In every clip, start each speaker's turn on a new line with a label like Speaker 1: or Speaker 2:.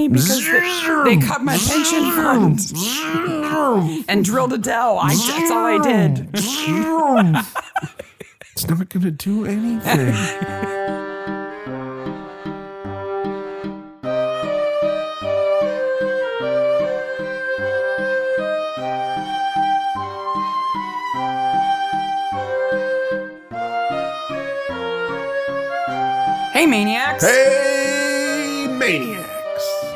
Speaker 1: me because they, they cut my pension fund and drilled a dell. I, that's all I did.
Speaker 2: it's not going to do anything.
Speaker 1: Hey, maniacs!
Speaker 2: hey, maniacs!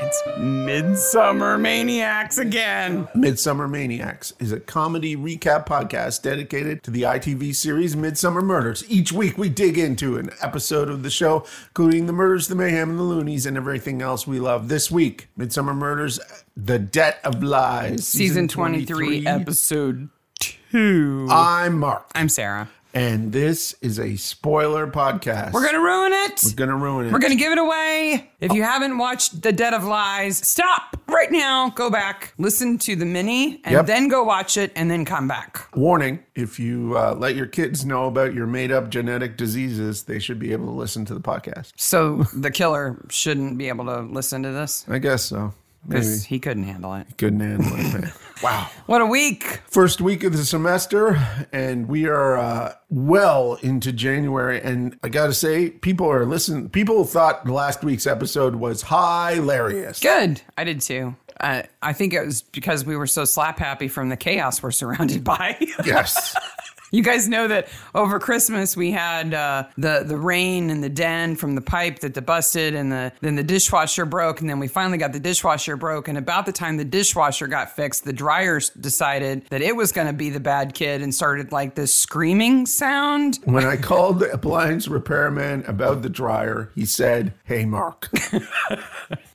Speaker 1: It's Midsummer Maniacs again.
Speaker 2: Midsummer Maniacs is a comedy recap podcast dedicated to the ITV series Midsummer Murders. Each week we dig into an episode of the show, including the murders, the mayhem, and the loonies, and everything else we love. This week, Midsummer Murders, The Debt of Lies.
Speaker 1: Season 23, episode 2.
Speaker 2: I'm Mark,
Speaker 1: I'm Sarah.
Speaker 2: and this is a spoiler podcast.
Speaker 1: We're going to ruin it.
Speaker 2: We're gonna ruin it.
Speaker 1: We're going to give it away. If you haven't watched The Dead of Lies, stop right now. Go back, listen to the mini, and
Speaker 2: Yep.
Speaker 1: then go watch it, and then come back.
Speaker 2: Warning if you uh, let your kids know about your made up genetic diseases, they should be able to listen to the podcast.
Speaker 1: So the killer shouldn't be able to listen to this
Speaker 2: I guess so. Maybe.
Speaker 1: because he couldn't handle it.
Speaker 2: Couldn't handle it. man. wow.
Speaker 1: What a week.
Speaker 2: First week of the semester, and we are uh, well into January. And I got to say, people are listening. People thought last week's episode was hilarious.
Speaker 1: Good. I did too. Uh, I think it was because we were so slap happy from the chaos we're surrounded by.
Speaker 2: Yes.
Speaker 1: you guys know that over Christmas we had uh, the the rain and the den from the pipe that the busted, and the then the dishwasher broke, and then we finally got the dishwasher broke. And about the time the dishwasher got fixed, the dryer s- decided that it was going to be the bad kid and started like this screaming sound.
Speaker 2: when I called the appliance repairman about the dryer, he said, Hey, Mark.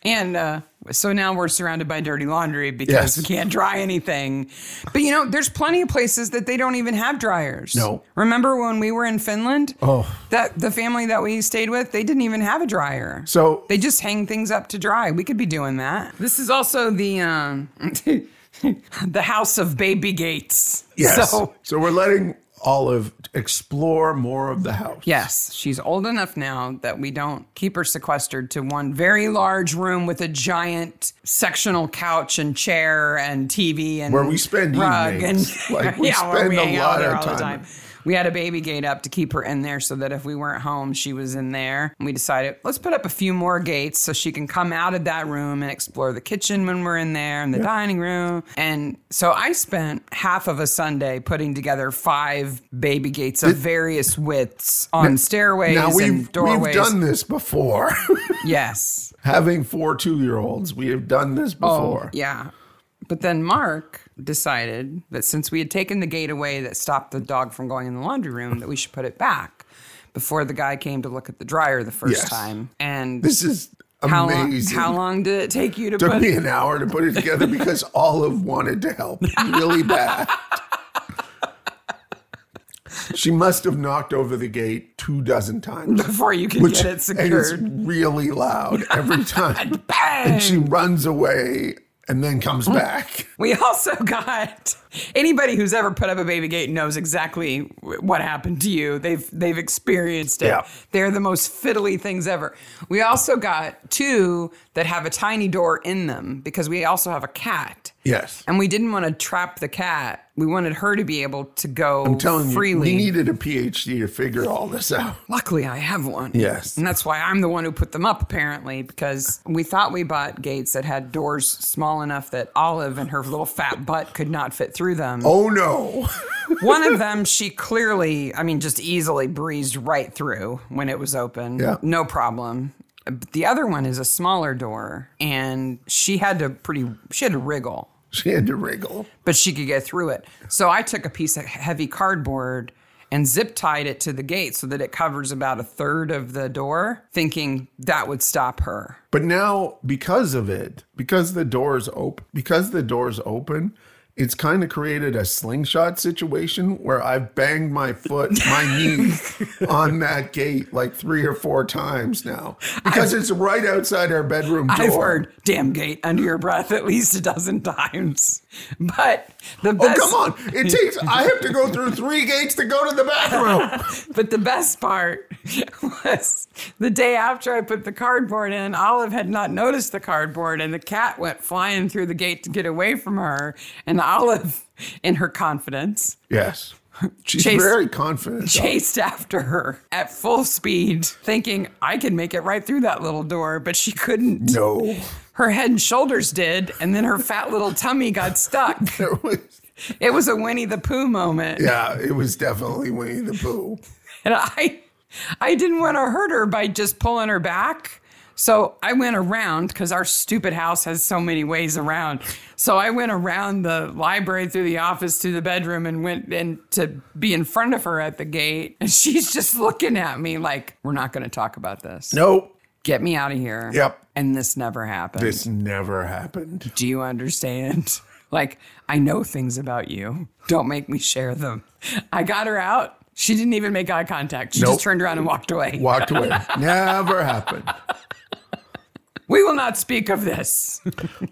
Speaker 1: And uh, so now we're surrounded by dirty laundry because
Speaker 2: Yes.
Speaker 1: we can't dry anything. But you know, there's plenty of places that they don't even have dryers.
Speaker 2: No.
Speaker 1: Remember when we were in Finland?
Speaker 2: Oh.
Speaker 1: That the family that we stayed with, they didn't even have a dryer.
Speaker 2: So
Speaker 1: They just hang things up to dry. We could be doing that. This is also the um, the house of baby gates.
Speaker 2: Yes.
Speaker 1: So
Speaker 2: So, we're letting Olive explore more of the house.
Speaker 1: Yes, she's old enough now that we don't keep her sequestered to one very large room with a giant sectional couch and chair and TV and
Speaker 2: Where we spend
Speaker 1: rug
Speaker 2: evenings.
Speaker 1: and
Speaker 2: Like, we
Speaker 1: yeah, where
Speaker 2: spend
Speaker 1: we
Speaker 2: a
Speaker 1: hang out
Speaker 2: lot
Speaker 1: there
Speaker 2: of
Speaker 1: all the
Speaker 2: time.
Speaker 1: time. We had a baby gate up to keep her in there so that if we weren't home, she was in there. And we decided let's put up a few more gates so she can come out of that room and explore the kitchen when we're in there and the dining room. And so I spent half of a Sunday putting together five baby gates of various widths on stairways
Speaker 2: Now we've
Speaker 1: and doorways.
Speaker 2: we've done this before.
Speaker 1: yes.
Speaker 2: Having four two year olds, we have done this
Speaker 1: Oh.
Speaker 2: before.
Speaker 1: Yeah. But then Mark decided that since we had taken the gate away that stopped the dog from going in the laundry room, that we should put it back before the guy came to look at the dryer the first
Speaker 2: Yes.
Speaker 1: time. And
Speaker 2: This is
Speaker 1: how long,
Speaker 2: amazing.
Speaker 1: how long did it take you to
Speaker 2: Took
Speaker 1: put
Speaker 2: me an hour to put it together because Olive wanted to help really bad. she must have knocked over the gate two dozen times.
Speaker 1: before you could get it
Speaker 2: and it's
Speaker 1: secured?
Speaker 2: really loud every time.
Speaker 1: Bang!
Speaker 2: and she runs away and then
Speaker 1: Mm.
Speaker 2: comes back.
Speaker 1: We also got anybody who's ever put up a baby gate knows exactly wh- what happened to you. They've they've experienced it.
Speaker 2: Yeah.
Speaker 1: They're the most fiddly things ever. We also got two that have a tiny door in them because we also have a cat.
Speaker 2: Yes.
Speaker 1: And we didn't want to trap the cat. We wanted her to be able to go
Speaker 2: I'm telling
Speaker 1: freely.
Speaker 2: you, we needed a PhD to figure all this out.
Speaker 1: Luckily, I have one.
Speaker 2: Yes.
Speaker 1: And that's why I'm the one who put them up, apparently, because we thought we bought gates that had doors small enough that Olive and her little fat butt could not fit through them.
Speaker 2: Oh no.
Speaker 1: One of them, she clearly, I mean, just easily breezed right through when it was open.
Speaker 2: Yeah.
Speaker 1: No problem. But the other one is a smaller door, and she had to pretty, she had to wriggle,
Speaker 2: she had to wriggle.
Speaker 1: but she could get through it. So I took a piece of heavy cardboard and zip tied it to the gate so that it covers about a third of the door, thinking that would stop her.
Speaker 2: But now, because of it, because the doors open, because the doors open, it's kind of created a slingshot situation where I've banged my foot, my knee on that gate like three or four times now because it's right outside our bedroom door.
Speaker 1: I've heard damn gate under your breath at least a dozen times. But the
Speaker 2: Oh,
Speaker 1: best
Speaker 2: come on. It takes, I have to go through three gates to go to the bathroom.
Speaker 1: But the best part was the day after I put the cardboard in, Olive had not noticed the cardboard and the cat went flying through the gate to get away from her. And Olive, in her confidence,
Speaker 2: Yes. She's
Speaker 1: Chase-
Speaker 2: very confident.
Speaker 1: chased after her at full speed, thinking, I can make it right through that little door, but she couldn't.
Speaker 2: No.
Speaker 1: Her head and shoulders did, and then her fat little tummy got stuck.
Speaker 2: There was-
Speaker 1: It was a Winnie the Pooh moment.
Speaker 2: yeah, it was definitely Winnie the Pooh.
Speaker 1: And I I didn't want to hurt her by just pulling her back. So I went around because our stupid house has so many ways around. So I went around the library through the office through the bedroom and went in to be in front of her at the gate. And she's just looking at me like, we're not going to talk about this.
Speaker 2: No,
Speaker 1: Get me out of here.
Speaker 2: Yep.
Speaker 1: And this never happened.
Speaker 2: this never happened.
Speaker 1: Do you understand? Like, I know things about you. Don't make me share them. I got her out. She didn't even make eye contact. She
Speaker 2: Nope.
Speaker 1: just turned around and walked away.
Speaker 2: Walked away. never happened.
Speaker 1: We will not speak of this.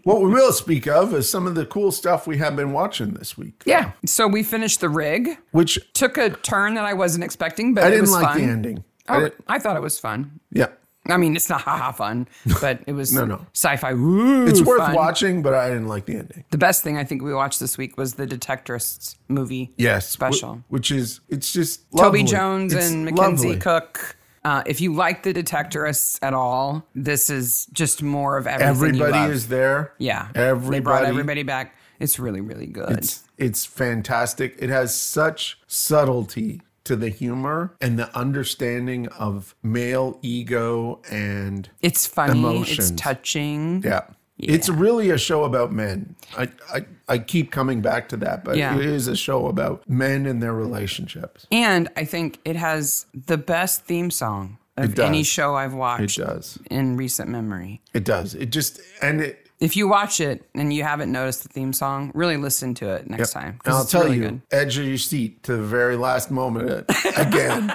Speaker 2: What we will speak of is some of the cool stuff we have been watching this week.
Speaker 1: Yeah. So we finished the rig.
Speaker 2: Which
Speaker 1: Took a turn that I wasn't expecting, but
Speaker 2: I
Speaker 1: it
Speaker 2: didn't
Speaker 1: was
Speaker 2: like
Speaker 1: fun.
Speaker 2: the ending. I
Speaker 1: Oh,
Speaker 2: didn't-
Speaker 1: I thought it was fun.
Speaker 2: yeah.
Speaker 1: I mean, it's not haha fun, but it was
Speaker 2: No, no.
Speaker 1: sci-fi. Ooh,
Speaker 2: It's worth
Speaker 1: fun.
Speaker 2: watching, but I didn't like the ending.
Speaker 1: The best thing I think we watched this week was the Detectorists movie.
Speaker 2: Yes. wh-
Speaker 1: Special.
Speaker 2: Which is, it's just
Speaker 1: Toby
Speaker 2: lovely.
Speaker 1: Jones
Speaker 2: It's
Speaker 1: and Mackenzie
Speaker 2: lovely.
Speaker 1: Cook. Uh, if you like the Detectorists at all, this is just more of everything you love.
Speaker 2: Everybody is there.
Speaker 1: yeah.
Speaker 2: Everybody.
Speaker 1: they brought everybody back. It's really really good.
Speaker 2: It's it's fantastic. It has such subtlety to the humor and the understanding of male ego and
Speaker 1: It's funny.
Speaker 2: emotions.
Speaker 1: It's touching.
Speaker 2: yeah. It's really a show about men. I, I I keep coming back to that, but
Speaker 1: Yeah.
Speaker 2: it is a show about men and their relationships.
Speaker 1: And I think it has the best theme song
Speaker 2: It
Speaker 1: of
Speaker 2: does.
Speaker 1: any show I've
Speaker 2: It
Speaker 1: watched
Speaker 2: does.
Speaker 1: in recent memory.
Speaker 2: It does. It just and it
Speaker 1: If you watch it and you haven't noticed the theme song, really listen to it next time. 'cause
Speaker 2: and I'll
Speaker 1: it's
Speaker 2: tell
Speaker 1: really
Speaker 2: you,
Speaker 1: good.
Speaker 2: edge of your seat to the very last moment again.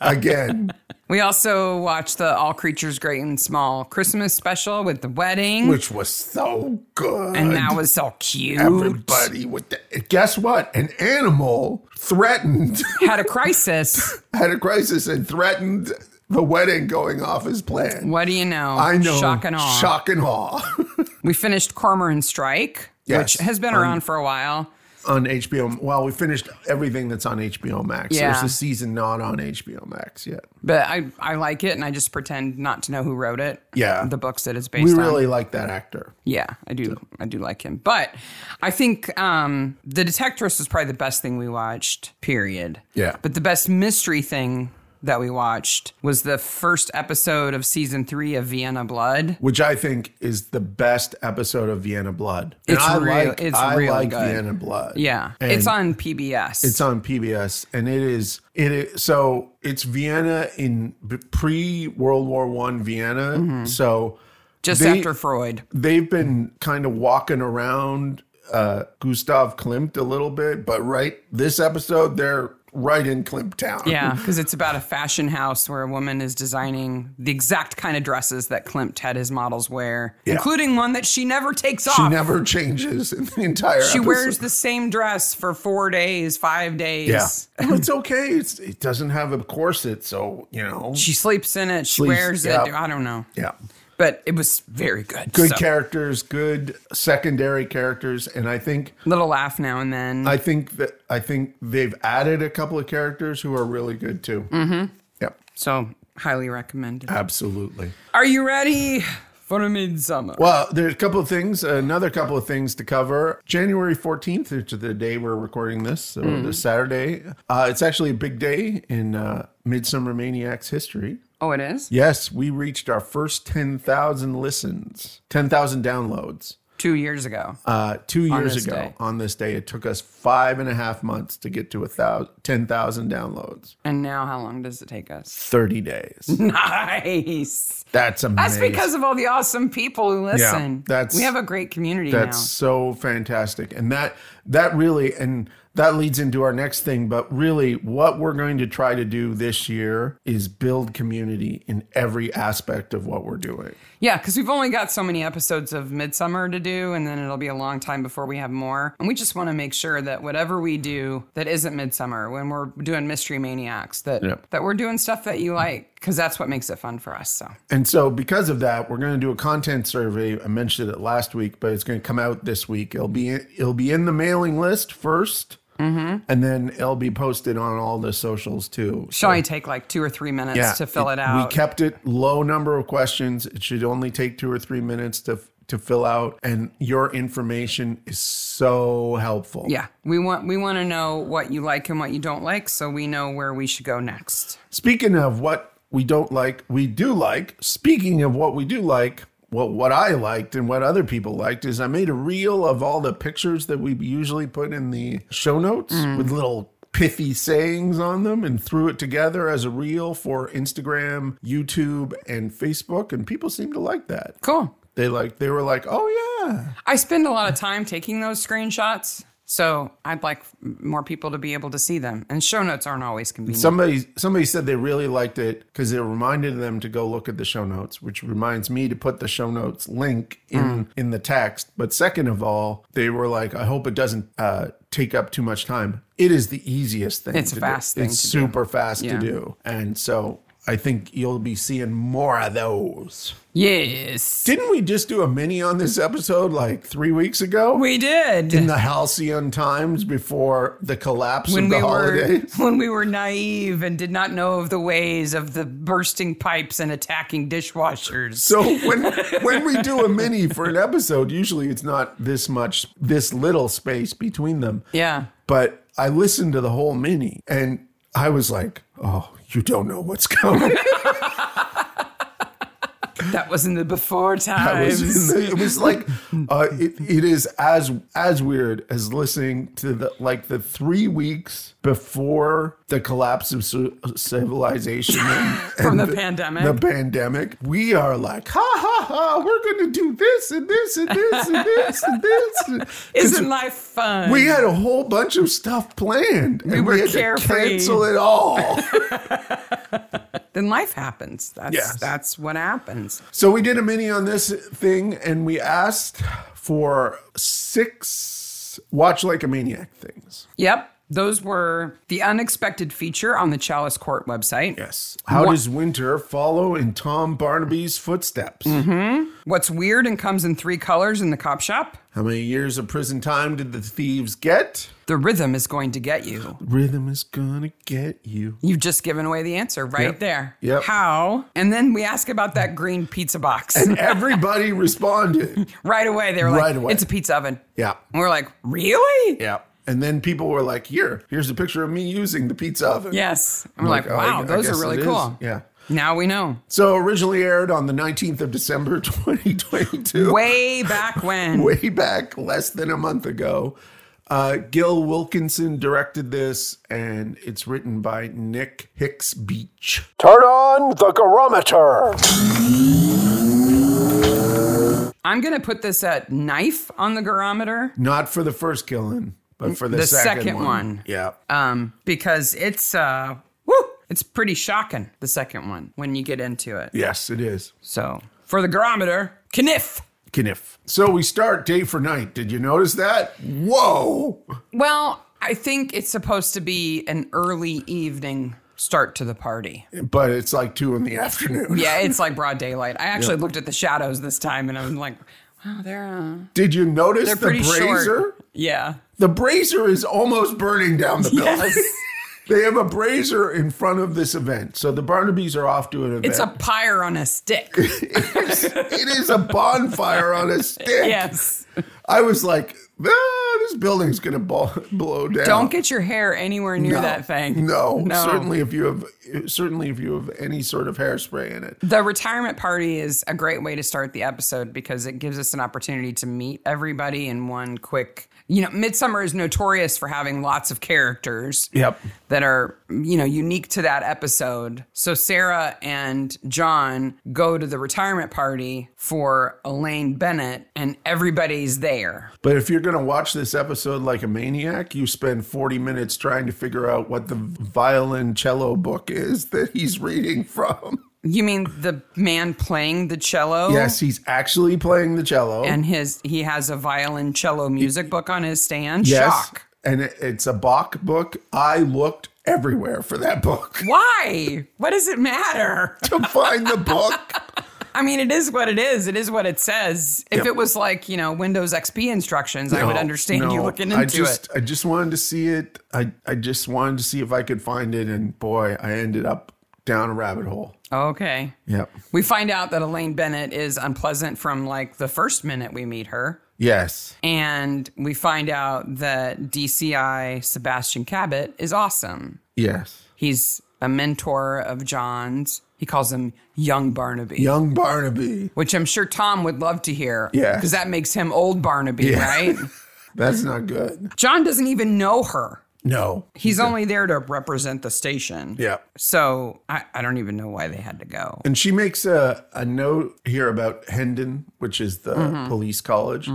Speaker 2: Again.
Speaker 1: We also watched the All Creatures Great and Small Christmas special with the wedding.
Speaker 2: Which was so good.
Speaker 1: and that was so cute.
Speaker 2: everybody with the, guess what an animal threatened
Speaker 1: Had a crisis.
Speaker 2: had a crisis and threatened the wedding going off as planned
Speaker 1: What do you know?
Speaker 2: i know
Speaker 1: Shock and awe.
Speaker 2: shock and awe
Speaker 1: We finished Cormoran Strike,
Speaker 2: Yes.
Speaker 1: which has been
Speaker 2: Um,
Speaker 1: around for a while.
Speaker 2: on hbo well we finished everything that's on hbo max
Speaker 1: Yeah.
Speaker 2: there's a season not on hbo max yet
Speaker 1: But I, I like it, and I just pretend not to know who wrote it.
Speaker 2: Yeah.
Speaker 1: the books that it's based
Speaker 2: we
Speaker 1: on.
Speaker 2: really like that actor
Speaker 1: yeah, I do. I do like him. But I think um, the Detectorist was probably the best thing we watched. Period.
Speaker 2: Yeah.
Speaker 1: But the best mystery thing that we watched was the first episode of season three of Vienna Blood.
Speaker 2: which i think is the best episode of vienna blood and
Speaker 1: It's
Speaker 2: i
Speaker 1: real-
Speaker 2: like
Speaker 1: it's
Speaker 2: i
Speaker 1: really
Speaker 2: like
Speaker 1: good.
Speaker 2: vienna blood
Speaker 1: Yeah,
Speaker 2: And-
Speaker 1: it's on PBS.
Speaker 2: It's on PBS, and it is it is so it's Vienna in pre World War One Vienna. So
Speaker 1: Mm-hmm. just
Speaker 2: they-
Speaker 1: after Freud.
Speaker 2: they've been kind of walking around uh, Gustav Klimt a little bit, but right this episode they're right in Klimt town.
Speaker 1: Yeah, because it's about a fashion house where a woman is designing the exact kind of dresses that Klimt had his models wear,
Speaker 2: Yeah.
Speaker 1: including one that she never takes
Speaker 2: she
Speaker 1: off.
Speaker 2: never changes in the entire.
Speaker 1: She
Speaker 2: episode.
Speaker 1: wears the same dress for four days, five days.
Speaker 2: Yeah, Well, it's okay. It's it doesn't have a corset, so you know.
Speaker 1: She sleeps in it. She
Speaker 2: Sleeps,
Speaker 1: wears it.
Speaker 2: yeah.
Speaker 1: I don't know.
Speaker 2: Yeah.
Speaker 1: But it was very good.
Speaker 2: Good
Speaker 1: so,
Speaker 2: characters, good secondary characters, and I think
Speaker 1: Little laugh now and then.
Speaker 2: I think that I think they've added a couple of characters who are really good too. Mm-hmm. Yep,
Speaker 1: so highly recommended.
Speaker 2: absolutely.
Speaker 1: Are you ready for midsummer?
Speaker 2: Well, there's a couple of things, another couple of things to cover. January 14th, which is the day we're recording this, so this Saturday. Uh, it's actually a big day in uh, Midsummer Maniacs history.
Speaker 1: Oh, it is?
Speaker 2: Yes, we reached our first 10,000 listens, 10,000 downloads.
Speaker 1: two years ago.
Speaker 2: Uh, two years
Speaker 1: this
Speaker 2: ago
Speaker 1: day.
Speaker 2: on this day, it took us five and a half months to get to a thousand, 10,000 downloads.
Speaker 1: And now, how long does it take us?
Speaker 2: 30 days.
Speaker 1: Nice.
Speaker 2: That's amazing.
Speaker 1: That's because of all the awesome people who listen.
Speaker 2: that's-
Speaker 1: we have a great community
Speaker 2: That's
Speaker 1: now.
Speaker 2: so fantastic. And that that really and that leads into our next thing, but really what we're going to try to do this year is build community in every aspect of what we're doing.
Speaker 1: Yeah, because we've only got so many episodes of Midsummer to do, and then it'll be a long time before we have more. And we just want to make sure that whatever we do that isn't Midsummer, when we're doing Mystery Maniacs, that
Speaker 2: Yep.
Speaker 1: that we're doing stuff that you like, because that's what makes it fun for us. So
Speaker 2: And so because of that, we're going to do a content survey. I mentioned it last week, but it's going to come out this week. It'll be it'll be in the mailing list 1st
Speaker 1: Mm-hmm.
Speaker 2: And then it'll be posted on all the socials too.
Speaker 1: should only take like two or three minutes to fill it,
Speaker 2: We
Speaker 1: out.
Speaker 2: kept it low number of questions. It should only take two or three minutes to to fill out, and your information is so helpful.
Speaker 1: yeah, we want we want to know what you like and what you don't like, so we know where we should go next.
Speaker 2: Speaking of what we don't like, we do like. Speaking of what we do like. Well, what I liked and what other people liked is I made a reel of all the pictures that we usually put in the show notes
Speaker 1: Mm.
Speaker 2: with little pithy sayings on them and threw it together as a reel for Instagram, YouTube, and Facebook. And people seem to like that.
Speaker 1: Cool.
Speaker 2: they like they were like oh yeah
Speaker 1: I spend a lot of time taking those screenshots. So I'd like more people to be able to see them. And show notes aren't always convenient.
Speaker 2: somebody somebody said they really liked it because it reminded them to go look at the show notes which reminds me to put the show notes link in
Speaker 1: Hmm.
Speaker 2: in the text but second of all they were like i hope it doesn't uh take up too much time it is the easiest thing
Speaker 1: It's a
Speaker 2: to
Speaker 1: fast
Speaker 2: do.
Speaker 1: thing
Speaker 2: it's
Speaker 1: to do.
Speaker 2: super fast to
Speaker 1: Yeah.
Speaker 2: do and so i think you'll be seeing more of those
Speaker 1: Yes.
Speaker 2: didn't we just do a mini on this episode like three weeks ago
Speaker 1: We did.
Speaker 2: in the halcyon times before the collapse
Speaker 1: when
Speaker 2: of the
Speaker 1: we were
Speaker 2: holidays
Speaker 1: when we were naive and did not know of the ways of the bursting pipes and attacking dishwashers.
Speaker 2: So when when we do a mini for an episode, usually it's not this much, this little space between them.
Speaker 1: yeah.
Speaker 2: But I listened to the whole mini, and I was like, "Oh, you don't know what's coming."
Speaker 1: That was in the before
Speaker 2: I
Speaker 1: times.
Speaker 2: was in the- it was like uh, it, it is as as weird as listening to the like the three weeks before the collapse of ci- civilization and,
Speaker 1: From
Speaker 2: and
Speaker 1: the pandemic.
Speaker 2: The pandemic. We are like ha ha ha. We're gonna do this and this and this and this and this. and- 'cause
Speaker 1: Isn't life fun?
Speaker 2: we had a whole bunch of stuff planned. and We
Speaker 1: were
Speaker 2: had to
Speaker 1: carefree.
Speaker 2: cancel it all.
Speaker 1: then life happens. That's
Speaker 2: Yes.
Speaker 1: that's what happens.
Speaker 2: So we did a mini on this thing and we asked for six watch like a maniac things.
Speaker 1: Yep. Those were the unexpected feature on the Chalice Court website.
Speaker 2: Yes. How
Speaker 1: Wha-
Speaker 2: does winter follow in Tom Barnaby's footsteps?
Speaker 1: Mm-hmm. What's weird and comes in three colors in the cop shop?
Speaker 2: How many years of prison time did the thieves get?
Speaker 1: The rhythm is going to get you.
Speaker 2: Rhythm is gonna get you.
Speaker 1: You've just given away the answer right
Speaker 2: Yep.
Speaker 1: there.
Speaker 2: Yep.
Speaker 1: How? And then we ask about that green pizza box.
Speaker 2: Everybody responded.
Speaker 1: right away, they were like,
Speaker 2: Right away.
Speaker 1: it's a pizza oven.
Speaker 2: Yeah.
Speaker 1: And we're like, really?
Speaker 2: Yeah. And then people were like, here, here's a picture of me using the pizza oven.
Speaker 1: Yes. And we're
Speaker 2: I'm
Speaker 1: like,
Speaker 2: oh, I-
Speaker 1: wow,
Speaker 2: I
Speaker 1: those
Speaker 2: guess
Speaker 1: are really
Speaker 2: it is."
Speaker 1: cool.
Speaker 2: Yeah.
Speaker 1: Now we know.
Speaker 2: So originally aired on the 19th of December 2022.
Speaker 1: Way back when.
Speaker 2: way back less than a month ago. Uh, Gil Wilkinson directed this, and it's written by Nick Hicks Beach. Turn on the garometer.
Speaker 1: I'm going to put this at knife on the garometer
Speaker 2: Not for the first killing, but for the,
Speaker 1: The
Speaker 2: second,
Speaker 1: second
Speaker 2: one.
Speaker 1: one.
Speaker 2: Yeah.
Speaker 1: um, because it's, uh, woo, it's pretty shocking, the second one, when you get into it.
Speaker 2: yes, it is.
Speaker 1: So for the garometer, kniff.
Speaker 2: Kniff. So we start day for night. Did you notice that? Whoa.
Speaker 1: Well, I think it's supposed to be an early evening start to the party.
Speaker 2: But it's like two in the afternoon.
Speaker 1: Yeah, it's like broad daylight. I actually looked at the shadows this time and I'm like, wow, they're uh,
Speaker 2: Did you notice
Speaker 1: they're
Speaker 2: the
Speaker 1: pretty
Speaker 2: brazier?
Speaker 1: short. Yeah.
Speaker 2: The brazier is almost burning down the building.
Speaker 1: Yes.
Speaker 2: They have a brazier in front of this event. So the Barnabys are off to an event.
Speaker 1: It's a pyre on a stick.
Speaker 2: it is a bonfire on a stick.
Speaker 1: yes.
Speaker 2: I was like, ah, this this building's going to blow, blow down.
Speaker 1: Don't get your hair anywhere near
Speaker 2: No.
Speaker 1: that thing.
Speaker 2: No,
Speaker 1: No.
Speaker 2: certainly if you have certainly if you have any sort of hairspray in it.
Speaker 1: The retirement party is a great way to start the episode because it gives us an opportunity to meet everybody in one quick. You know, Midsummer is notorious for having lots of characters
Speaker 2: Yep.
Speaker 1: that are, you know, unique to that episode. So Sarah and John go to the retirement party for Elaine Bennett and everybody's there.
Speaker 2: But if you're going to watch this episode like a maniac, you spend 40 minutes trying to figure out what the violoncello book is that he's reading from.
Speaker 1: You mean the man playing the cello?
Speaker 2: Yes, he's actually playing the cello.
Speaker 1: And his he has a violoncello music book on his stand.
Speaker 2: yes,
Speaker 1: Shock.
Speaker 2: and it, it's a Bach book. I looked everywhere for that book
Speaker 1: Why? What does it matter?
Speaker 2: to find the book.
Speaker 1: I mean, it is what it is. It is what it says. If it was like, you know, Windows XP instructions, I would
Speaker 2: No,
Speaker 1: understand you
Speaker 2: no,
Speaker 1: looking
Speaker 2: I
Speaker 1: into
Speaker 2: just,
Speaker 1: it.
Speaker 2: I just wanted to see it. I, I just wanted to see if I could find it, and boy, I ended up down a rabbit hole.
Speaker 1: Okay.
Speaker 2: Yep.
Speaker 1: We find out that Elaine Bennett is unpleasant from like the first minute we meet her.
Speaker 2: Yes.
Speaker 1: And we find out that DCI Sebastian Cabot is awesome.
Speaker 2: Yes.
Speaker 1: He's a mentor of John's. He calls him Young Barnaby,
Speaker 2: Young Barnaby.
Speaker 1: which I'm sure Tom would love to hear.
Speaker 2: Yes.
Speaker 1: Because that makes him old Barnaby,
Speaker 2: Yeah.
Speaker 1: right?
Speaker 2: That's not good.
Speaker 1: John doesn't even know her.
Speaker 2: No.
Speaker 1: He's only there to represent the station.
Speaker 2: Yeah.
Speaker 1: So I, I don't even know why they had to go.
Speaker 2: And she makes a, a note here about Hendon, which is the
Speaker 1: Mm-hmm.
Speaker 2: police college.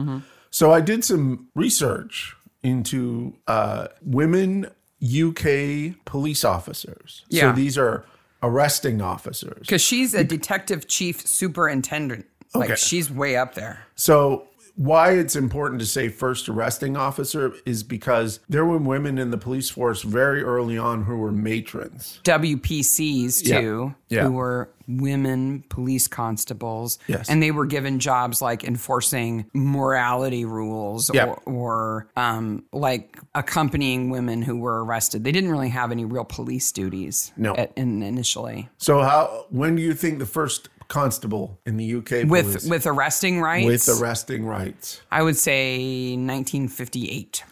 Speaker 2: So I did some research into uh, women UK police officers.
Speaker 1: Yeah.
Speaker 2: So these are arresting officers.
Speaker 1: Because she's a detective chief superintendent.
Speaker 2: Okay.
Speaker 1: Like she's way up there.
Speaker 2: So why it's important to say first arresting officer is because there were women in the police force very early on who were matrons.
Speaker 1: WPCs
Speaker 2: Yeah.
Speaker 1: too,
Speaker 2: Yeah.
Speaker 1: who were women police constables.
Speaker 2: Yes.
Speaker 1: And they were given jobs like enforcing morality rules
Speaker 2: Yeah.
Speaker 1: or, or um, like accompanying women who were arrested. They didn't really have any real police duties
Speaker 2: No.
Speaker 1: at, in, initially.
Speaker 2: So how when do you think the first constable in the UK
Speaker 1: With
Speaker 2: police-
Speaker 1: with arresting rights,
Speaker 2: with arresting rights?
Speaker 1: I would say 1958.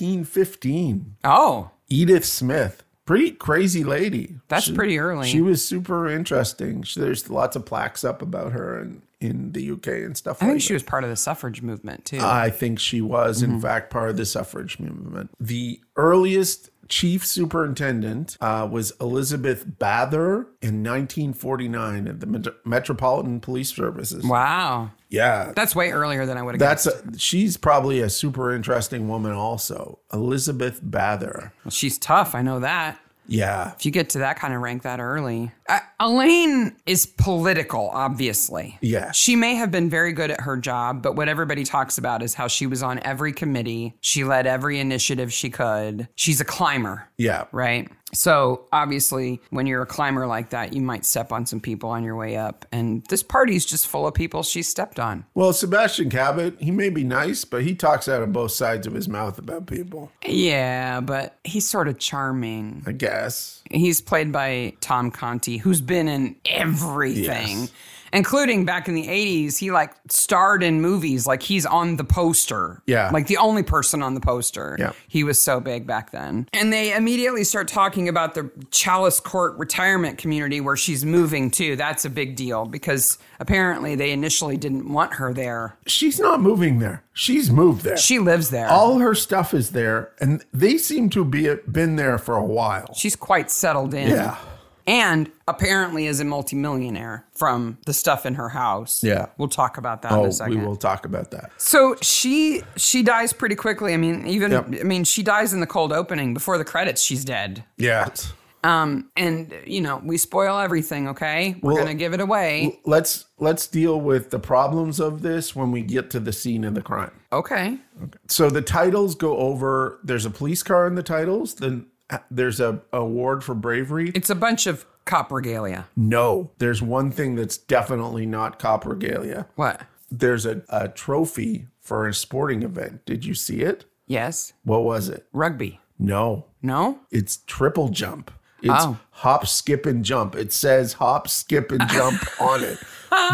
Speaker 2: 1915.
Speaker 1: Oh,
Speaker 2: Edith Smith. Pretty crazy lady.
Speaker 1: That's pretty early.
Speaker 2: She was super interesting. She, there's lots of plaques up about her in, in the UK and stuff
Speaker 1: I
Speaker 2: like
Speaker 1: think Mm-hmm. she was part of the suffrage movement too.
Speaker 2: I think she was, in fact, part of the suffrage movement. The earliest chief superintendent uh, was Elizabeth Bather in 1949 at the Met- Metropolitan Police Services.
Speaker 1: wow,
Speaker 2: Yeah.
Speaker 1: that's way earlier than I would have. guessed.
Speaker 2: That's a, she's probably a super interesting woman also. Elizabeth Bather.
Speaker 1: She's tough. I know that.
Speaker 2: Yeah.
Speaker 1: If you get to that kind of rank that early, uh, Elaine is political, obviously.
Speaker 2: Yeah.
Speaker 1: She may have been very good at her job, but what everybody talks about is how she was on every committee. She led every initiative she could. She's a climber.
Speaker 2: Yeah.
Speaker 1: Right. So obviously, when you're a climber like that, you might step on some people on your way up. And this party's just full of people she stepped on.
Speaker 2: Well, Sebastian Cabot, he may be nice, but he talks out of both sides of his mouth about people,
Speaker 1: Yeah, but he's sort of charming.
Speaker 2: I guess.
Speaker 1: He's played by Tom Conti, who's been in everything,
Speaker 2: Yes.
Speaker 1: including back in the 80s. He like starred in movies, like he's on the poster.
Speaker 2: Yeah.
Speaker 1: Like the only person on the poster.
Speaker 2: Yeah.
Speaker 1: He was so big back then. And they immediately start talking about the Chalice Court retirement community where she's moving to. That's a big deal because apparently they initially didn't want her there.
Speaker 2: She's not moving there. She's moved there.
Speaker 1: She lives there.
Speaker 2: All her stuff is there, and they seem to be been there for a while.
Speaker 1: She's quite settled in.
Speaker 2: Yeah.
Speaker 1: And apparently is a multimillionaire from the stuff in her house.
Speaker 2: Yeah.
Speaker 1: We'll talk about that in
Speaker 2: Oh,
Speaker 1: a second.
Speaker 2: we will talk about that.
Speaker 1: So she she dies pretty quickly. I mean, even
Speaker 2: Yep.
Speaker 1: I mean, she dies in the cold opening before the credits, she's dead.
Speaker 2: Yeah.
Speaker 1: Um, and you know, we spoil everything, okay? We're
Speaker 2: Well-
Speaker 1: gonna give it away.
Speaker 2: Let's let's deal with the problems of this when we get to the scene of the crime.
Speaker 1: okay.
Speaker 2: so the titles go over there's a police car in the titles, then uh, there's a award for bravery.
Speaker 1: It's a bunch of cop regalia.
Speaker 2: No, there's one thing that's definitely not cop regalia.
Speaker 1: What?
Speaker 2: There's a, a trophy for a sporting event. Did you see it?
Speaker 1: Yes.
Speaker 2: What was it?
Speaker 1: Rugby.
Speaker 2: No,
Speaker 1: No?
Speaker 2: it's triple jump. It's
Speaker 1: Oh.
Speaker 2: hop, skip, and jump. It says hop, skip, and jump on it.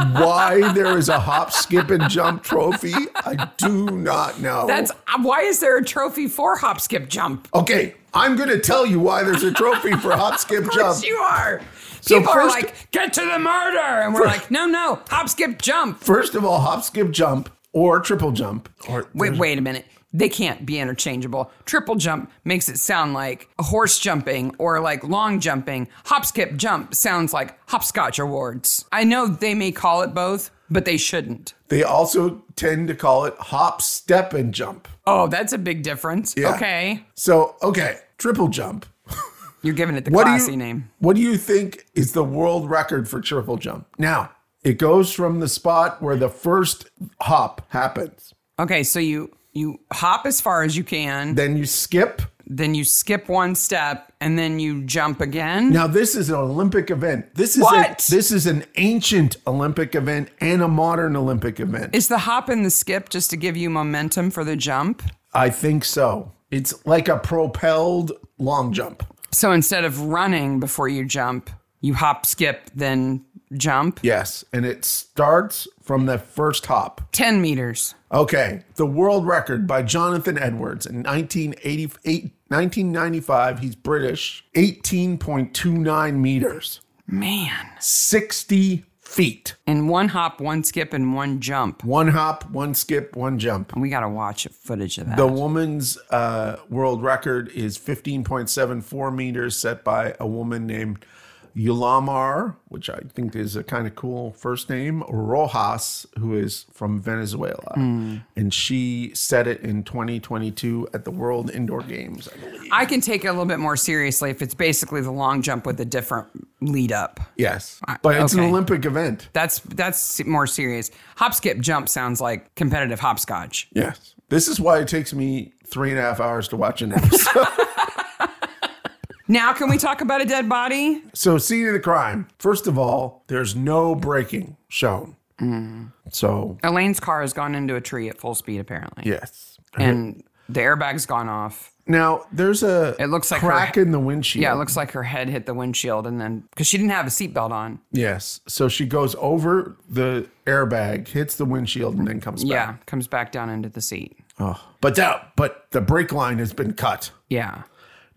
Speaker 2: Why there is a hop, skip, and jump trophy, I do not know.
Speaker 1: That's uh, why is there a trophy for hop, skip, jump?
Speaker 2: okay. I'm going to tell you why there's a trophy for hop, skip,
Speaker 1: Of
Speaker 2: jump.
Speaker 1: course you are.
Speaker 2: So
Speaker 1: People are
Speaker 2: first-
Speaker 1: like, get to the murder, and we're like, no, no, hop, skip, jump.
Speaker 2: First of all, hop, skip, jump or triple jump. Or
Speaker 1: Wait, wait a minute. They can't be interchangeable. Triple jump makes it sound like a horse jumping or like long jumping. Hop, skip, jump sounds like hopscotch awards. I know they may call it both, but they shouldn't.
Speaker 2: They also tend to call it hop, step, and jump.
Speaker 1: Oh, that's a big difference.
Speaker 2: Yeah.
Speaker 1: Okay.
Speaker 2: So, okay, triple jump.
Speaker 1: You're giving it the
Speaker 2: What
Speaker 1: classy
Speaker 2: do you,
Speaker 1: name.
Speaker 2: What do you think is the world record for triple jump? Now, it goes from the spot where the first hop happens.
Speaker 1: Okay, so you you hop as far as you can,
Speaker 2: Then you skip.
Speaker 1: then you skip one step, and then you jump again.
Speaker 2: Now, this is an Olympic event. This is a-
Speaker 1: What?
Speaker 2: this is an ancient Olympic event and a modern Olympic event.
Speaker 1: Is the hop and the skip just to give you momentum for the jump?
Speaker 2: I think so. It's like a propelled long jump.
Speaker 1: So instead of running before you jump, you hop, skip, then jump.
Speaker 2: Yes, and it starts from the first hop.
Speaker 1: 10 meters.
Speaker 2: Okay, the world record by Jonathan Edwards in 1988, 1995. He's British. 18.29 meters,
Speaker 1: Man.
Speaker 2: 60 feet.
Speaker 1: And one hop, one skip, and one jump.
Speaker 2: One hop, one skip, one jump.
Speaker 1: We got to watch footage of that.
Speaker 2: The woman's uh, world record is 15.74 meters, set by a woman named Yulamar, which I think is a kind of cool first name, Rojas, who is from Venezuela. And she set it in 2022 at the World Indoor Games, I believe.
Speaker 1: I can take it a little bit more seriously if it's basically the long jump with a different lead up.
Speaker 2: Yes. But it's an
Speaker 1: okay.
Speaker 2: Olympic event.
Speaker 1: That's that's more serious. Hop, skip, jump sounds like competitive hopscotch.
Speaker 2: Yes. This is why it takes me three and a half hours to watch an episode.
Speaker 1: Now, can we talk about a dead body?
Speaker 2: so, scene of the crime. First of all, there's no breaking shown. Hmm. So,
Speaker 1: Elaine's car has gone into a tree at full speed, apparently.
Speaker 2: yes.
Speaker 1: And the airbag's gone off.
Speaker 2: Now, there's a
Speaker 1: It looks like
Speaker 2: crack
Speaker 1: her-
Speaker 2: in the windshield.
Speaker 1: Yeah, it looks like her head hit the windshield and then because she didn't have a seatbelt on.
Speaker 2: yes. So she goes over the airbag, hits the windshield, and then comes back.
Speaker 1: Yeah, comes back down into the seat.
Speaker 2: Oh. But that, but the brake line has been cut.
Speaker 1: Yeah.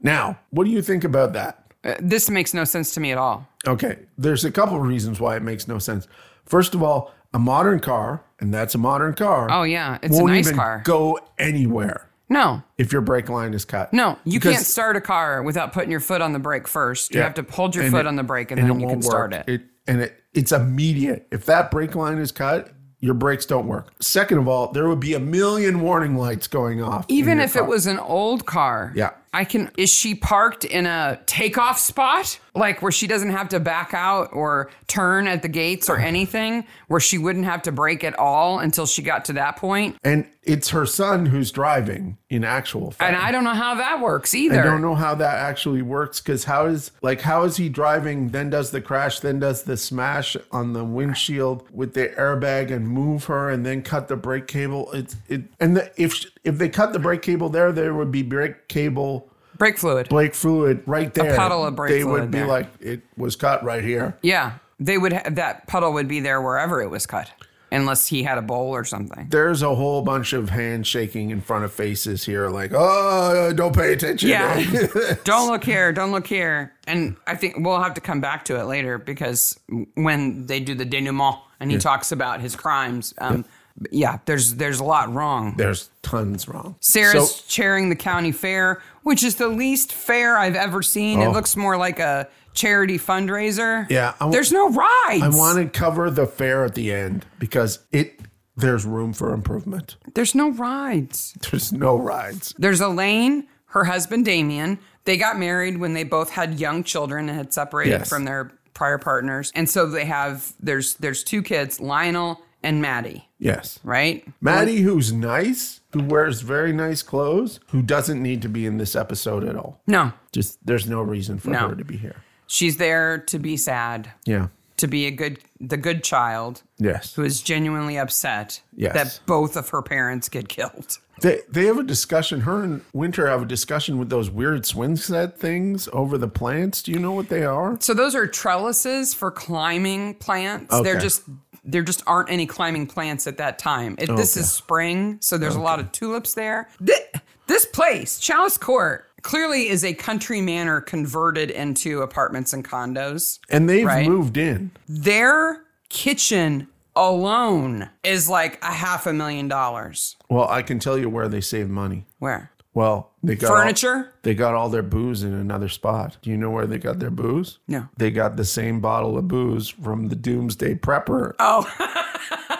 Speaker 2: Now, what do you think about that?
Speaker 1: Uh, this makes no sense to me at all.
Speaker 2: Okay, there's a couple of reasons why it makes no sense. First of all, a modern car, and that's a modern car.
Speaker 1: Oh, yeah, it's a
Speaker 2: won't
Speaker 1: nice
Speaker 2: even
Speaker 1: car.
Speaker 2: Go anywhere
Speaker 1: No.
Speaker 2: if your brake line is cut.
Speaker 1: No, you
Speaker 2: Because-
Speaker 1: can't start a car without putting your foot on the brake first. You
Speaker 2: Yeah.
Speaker 1: have to hold your
Speaker 2: And
Speaker 1: foot
Speaker 2: it-
Speaker 1: on the brake and,
Speaker 2: and
Speaker 1: then you can
Speaker 2: won't
Speaker 1: start
Speaker 2: work.
Speaker 1: it.
Speaker 2: And it it's immediate. If that brake line is cut, your brakes don't work. Second of all, there would be a million warning lights going off. in
Speaker 1: Even
Speaker 2: your
Speaker 1: if
Speaker 2: car.
Speaker 1: it was an old car.
Speaker 2: Yeah.
Speaker 1: I can is she parked in a takeoff spot? Like where she doesn't have to back out or turn at the gates or anything, where she wouldn't have to brake at all until she got to that point?
Speaker 2: and it's her son who's driving in actual fact.
Speaker 1: And I don't know how that works either.
Speaker 2: I don't know how that actually works because how is like how is he driving? Then does the crash? Then does the smash on the windshield with the airbag and move her and then cut the brake cable? It's it and the, if sh- if they cut the brake cable there, there would be brake cable
Speaker 1: Brake fluid.
Speaker 2: brake fluid right there.
Speaker 1: puddle of brake
Speaker 2: They
Speaker 1: fluid
Speaker 2: would be
Speaker 1: there.
Speaker 2: like it was cut right here.
Speaker 1: Yeah, they would. Ha- that puddle would be there wherever it was cut, unless he had a bowl or something.
Speaker 2: There's a whole bunch of hands shaking in front of faces here, like oh, don't pay attention.
Speaker 1: Yeah, don't look here, don't look here. And I think we'll have to come back to it later because when they do the denouement and he talks about his crimes, um, yeah. yeah, there's there's a lot wrong.
Speaker 2: There's tons wrong.
Speaker 1: Sarah's
Speaker 2: So-
Speaker 1: chairing the county fair, which is the least fair I've ever seen. It looks more like a charity fundraiser.
Speaker 2: Oh. Yeah, I w-
Speaker 1: there's no rides.
Speaker 2: I want to cover the fair at the end because it there's room for improvement.
Speaker 1: there's no rides.
Speaker 2: There's no rides.
Speaker 1: There's Elaine, her husband Damien. They got married when they both had young children and had separated
Speaker 2: Yes.
Speaker 1: from their prior partners. And so they have there's there's two kids, Lionel and Maddie,
Speaker 2: Yes.
Speaker 1: right?
Speaker 2: Maddie, who's nice, who wears very nice clothes, who doesn't need to be in this episode at all.
Speaker 1: No.
Speaker 2: Just there's no reason for
Speaker 1: No.
Speaker 2: her to be here.
Speaker 1: She's there to be sad,
Speaker 2: Yeah.
Speaker 1: to to be a good the good child
Speaker 2: Yes.
Speaker 1: who is genuinely upset
Speaker 2: Yes.
Speaker 1: that both of her parents get killed.
Speaker 2: They they have a discussion. Her and Winter have a discussion with those weird swinset things over the plants. Do you know what they are?
Speaker 1: So those are trellises for climbing plants. They're
Speaker 2: Okay.
Speaker 1: just there just aren't any climbing plants at that time. It, This is spring, so there's a lot of tulips there. Th- this place, Chalice Court, clearly is a country manor converted into apartments and condos.
Speaker 2: And they've
Speaker 1: Right.
Speaker 2: moved in.
Speaker 1: Their kitchen alone is like a half a million dollars.
Speaker 2: Well, I can tell you where they save money.
Speaker 1: Where?
Speaker 2: Well, they got all-
Speaker 1: Furniture?
Speaker 2: they got all their booze in another spot. Do you know where they got their booze?
Speaker 1: No.
Speaker 2: They got the same bottle of booze from the Doomsday Prepper.
Speaker 1: Oh.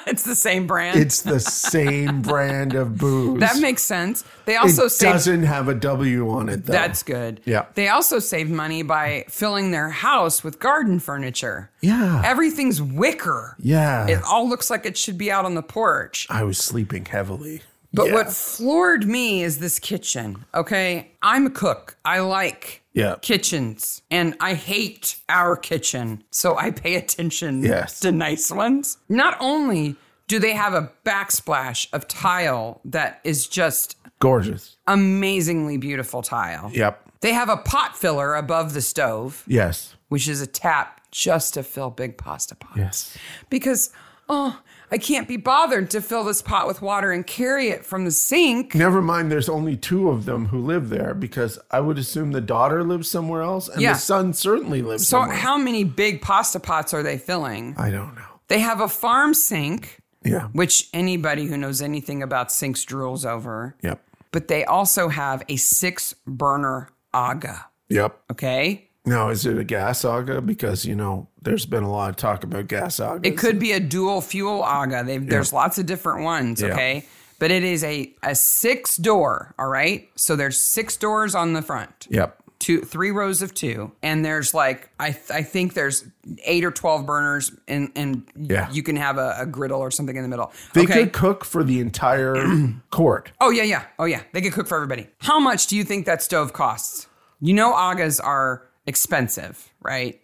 Speaker 1: It's the same brand.
Speaker 2: It's the same brand of booze.
Speaker 1: that makes sense. They also
Speaker 2: it
Speaker 1: saved
Speaker 2: doesn't have a W on it though.
Speaker 1: That's good.
Speaker 2: Yeah.
Speaker 1: They also save money by filling their house with garden furniture.
Speaker 2: yeah.
Speaker 1: Everything's wicker.
Speaker 2: yeah.
Speaker 1: It all looks like it should be out on the porch.
Speaker 2: I was sleeping heavily.
Speaker 1: But
Speaker 2: yeah.
Speaker 1: what floored me is this kitchen. Okay. I'm a cook. I like
Speaker 2: Yeah.
Speaker 1: kitchens and I hate our kitchen. So I pay attention
Speaker 2: Yes.
Speaker 1: to nice ones. Not only do they have a backsplash of tile that is just
Speaker 2: gorgeous.
Speaker 1: amazingly beautiful tile.
Speaker 2: Yep.
Speaker 1: They have a pot filler above the stove,
Speaker 2: Yes.
Speaker 1: which is a tap just to fill big pasta pots.
Speaker 2: Yes.
Speaker 1: Because, oh, I can't be bothered to fill this pot with water and carry it from the sink.
Speaker 2: Never mind there's only two of them who live there because I would assume the daughter lives somewhere else and
Speaker 1: Yeah.
Speaker 2: the son certainly lives
Speaker 1: So,
Speaker 2: somewhere.
Speaker 1: how many big pasta pots are they filling?
Speaker 2: I don't know.
Speaker 1: They have a farm sink,
Speaker 2: Yeah.
Speaker 1: which anybody who knows anything about sinks drools over,
Speaker 2: Yep.
Speaker 1: but they also have a six burner AGA.
Speaker 2: Yep.
Speaker 1: Okay.
Speaker 2: Now, is it a gas saga? Because, you know, there's been a lot of talk about gas sagas.
Speaker 1: It could be a dual fuel AGA. They've, There's lots of different ones, okay? But it is a, a six door, all right? So there's six doors on the front,
Speaker 2: Yep.
Speaker 1: two, three rows of two. And there's like, I, th- I think there's eight or 12 burners, and, and
Speaker 2: Yeah.
Speaker 1: you can have a, a griddle or something in the middle.
Speaker 2: They
Speaker 1: okay.
Speaker 2: could cook for the entire court.
Speaker 1: oh, yeah, yeah. Oh, yeah. They could cook for everybody. How much do you think that stove costs? You know, AGAs are expensive, right?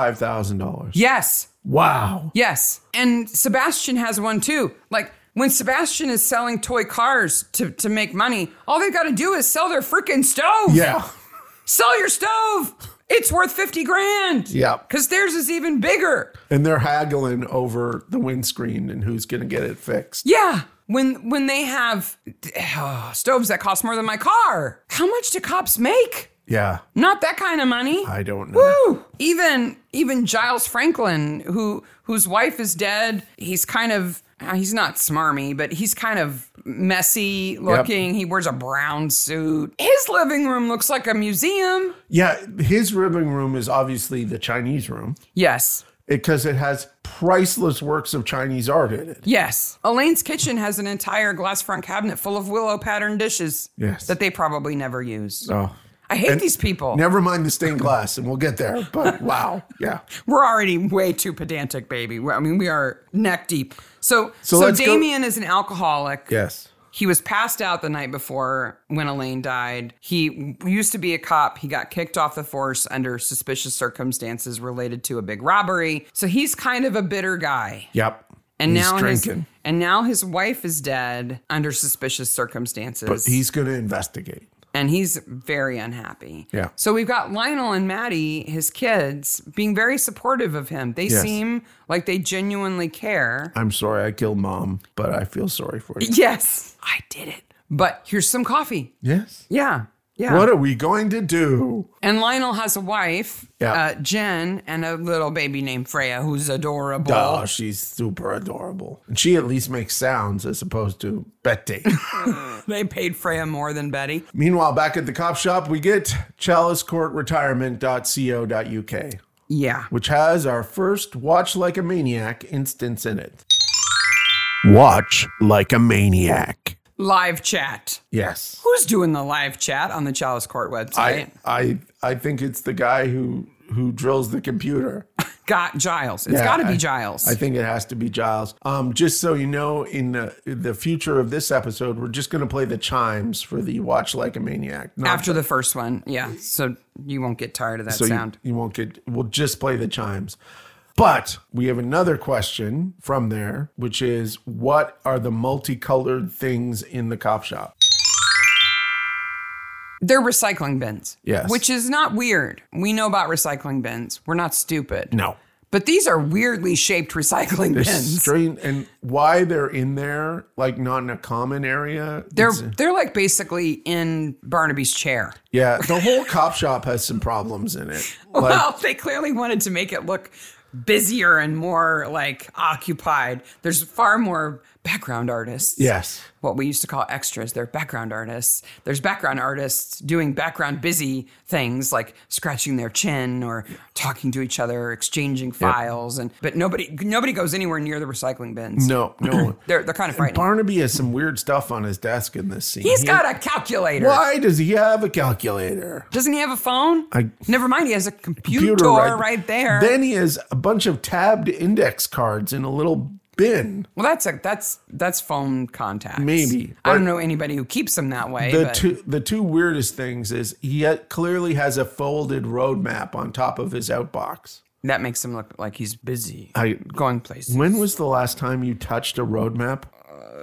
Speaker 2: $25,000.
Speaker 1: Yes.
Speaker 2: Wow.
Speaker 1: Yes. And Sebastian has one too. Like when Sebastian is selling toy cars to, to make money, all they've got to do is sell their freaking stove.
Speaker 2: Yeah.
Speaker 1: Sell your stove. It's worth 50 grand.
Speaker 2: Yeah.
Speaker 1: Because theirs is even bigger.
Speaker 2: And they're haggling over the windscreen and who's going to get it fixed.
Speaker 1: Yeah. When when they have oh, stoves that cost more than my car. How much do cops make?
Speaker 2: Yeah.
Speaker 1: Not that kind of money.
Speaker 2: I don't know.
Speaker 1: Woo! Even even Giles Franklin, who whose wife is dead, he's kind of uh, he's not smarmy, but he's kind of messy looking. He wears a brown suit. His living room looks like a museum.
Speaker 2: Yeah. His living room is obviously the Chinese room
Speaker 1: Yes.
Speaker 2: because it has priceless works of Chinese art in it.
Speaker 1: Yes. Elaine's kitchen has an entire glass front cabinet full of willow pattern dishes
Speaker 2: Yes.
Speaker 1: that they probably never use.
Speaker 2: Oh.
Speaker 1: I hate these people.
Speaker 2: Never mind the stained glass, and we'll get there. But wow. Yeah.
Speaker 1: We're already way too pedantic, baby. We're- I mean, we are neck deep. So, so,
Speaker 2: So let's go-
Speaker 1: Damien is an alcoholic.
Speaker 2: Yes.
Speaker 1: He was passed out the night before when Elaine died. He used to be a cop. He got kicked off the force under suspicious circumstances related to a big robbery. So he's kind of a bitter guy.
Speaker 2: Yep.
Speaker 1: And
Speaker 2: he's
Speaker 1: now his,
Speaker 2: drinking.
Speaker 1: and now his wife is dead under suspicious circumstances.
Speaker 2: But he's going to investigate.
Speaker 1: and he's very unhappy.
Speaker 2: Yeah.
Speaker 1: So we've got Lionel and Maddie, his kids, being very supportive of him. They
Speaker 2: Yes.
Speaker 1: seem like they genuinely care.
Speaker 2: I'm sorry I killed mom, but I feel sorry for you.
Speaker 1: Yes, I did it. But here's some coffee.
Speaker 2: Yes.
Speaker 1: Yeah. Yeah.
Speaker 2: What are we going to do?
Speaker 1: And Lionel has a wife,
Speaker 2: Yeah.
Speaker 1: uh, Jen, and a little baby named Freya, who's adorable.
Speaker 2: Oh, she's super adorable. And she at least makes sounds as opposed to Betty.
Speaker 1: They paid Freya more than Betty.
Speaker 2: Meanwhile, back at the cop shop, we get chalicecourtretirement.co.uk,
Speaker 1: Yeah.
Speaker 2: which has our first Watch Like a Maniac instance in it. Watch Like a Maniac.
Speaker 1: Live chat.
Speaker 2: Yes.
Speaker 1: Who's doing the live chat on the Chalice Court website?
Speaker 2: I, I, I think it's the guy who, who drills the computer.
Speaker 1: Got Giles. It's
Speaker 2: Yeah,
Speaker 1: got to
Speaker 2: I-
Speaker 1: be Giles.
Speaker 2: I think it has to be Giles. Um, just so you know, in the, the future of this episode, we're just going to play the chimes for the Watch Like a Maniac. Not
Speaker 1: After the first one. Yeah. So you won't get tired of that
Speaker 2: so you-
Speaker 1: sound.
Speaker 2: You, won't get. We'll just play the chimes. But we have another question from there, which is what are the multicolored things in the cop shop?
Speaker 1: They're recycling bins.
Speaker 2: Yes.
Speaker 1: Which is not weird. We know about recycling bins. We're not stupid.
Speaker 2: No.
Speaker 1: But these are weirdly shaped recycling bins.
Speaker 2: Strange and why they're in there, like not in a common area.
Speaker 1: They're
Speaker 2: it's-
Speaker 1: they're like basically in Barnaby's chair.
Speaker 2: yeah, the whole cop shop has some problems in it. Like,
Speaker 1: well, they clearly wanted to make it look busier and more like occupied. There's far more background artists.
Speaker 2: yes,
Speaker 1: What we used to call extras, they're background artists. There's background artists doing background busy things like scratching their chin or talking to each other, exchanging files, and but nobody nobody goes anywhere near the recycling bins.
Speaker 2: no, no.
Speaker 1: They're they're kind of frightening.
Speaker 2: Barnaby has some weird stuff on his desk in this scene.
Speaker 1: He's
Speaker 2: He-
Speaker 1: got a calculator.
Speaker 2: Why does he have a calculator?
Speaker 1: Doesn't he have a phone?
Speaker 2: I-
Speaker 1: Never mind, he has a computer,
Speaker 2: Computer
Speaker 1: right, there.
Speaker 2: Then he has a bunch of tabbed index cards in a little bin.
Speaker 1: well, that's a that's that's phone contacts.
Speaker 2: Maybe,
Speaker 1: I
Speaker 2: but-
Speaker 1: don't know anybody who keeps them that way.
Speaker 2: The
Speaker 1: but
Speaker 2: two the two weirdest things is he ha- clearly has a folded roadmap on top of his outbox.
Speaker 1: that makes him look like he's busy.
Speaker 2: I-
Speaker 1: going places.
Speaker 2: When was the last time you touched a roadmap?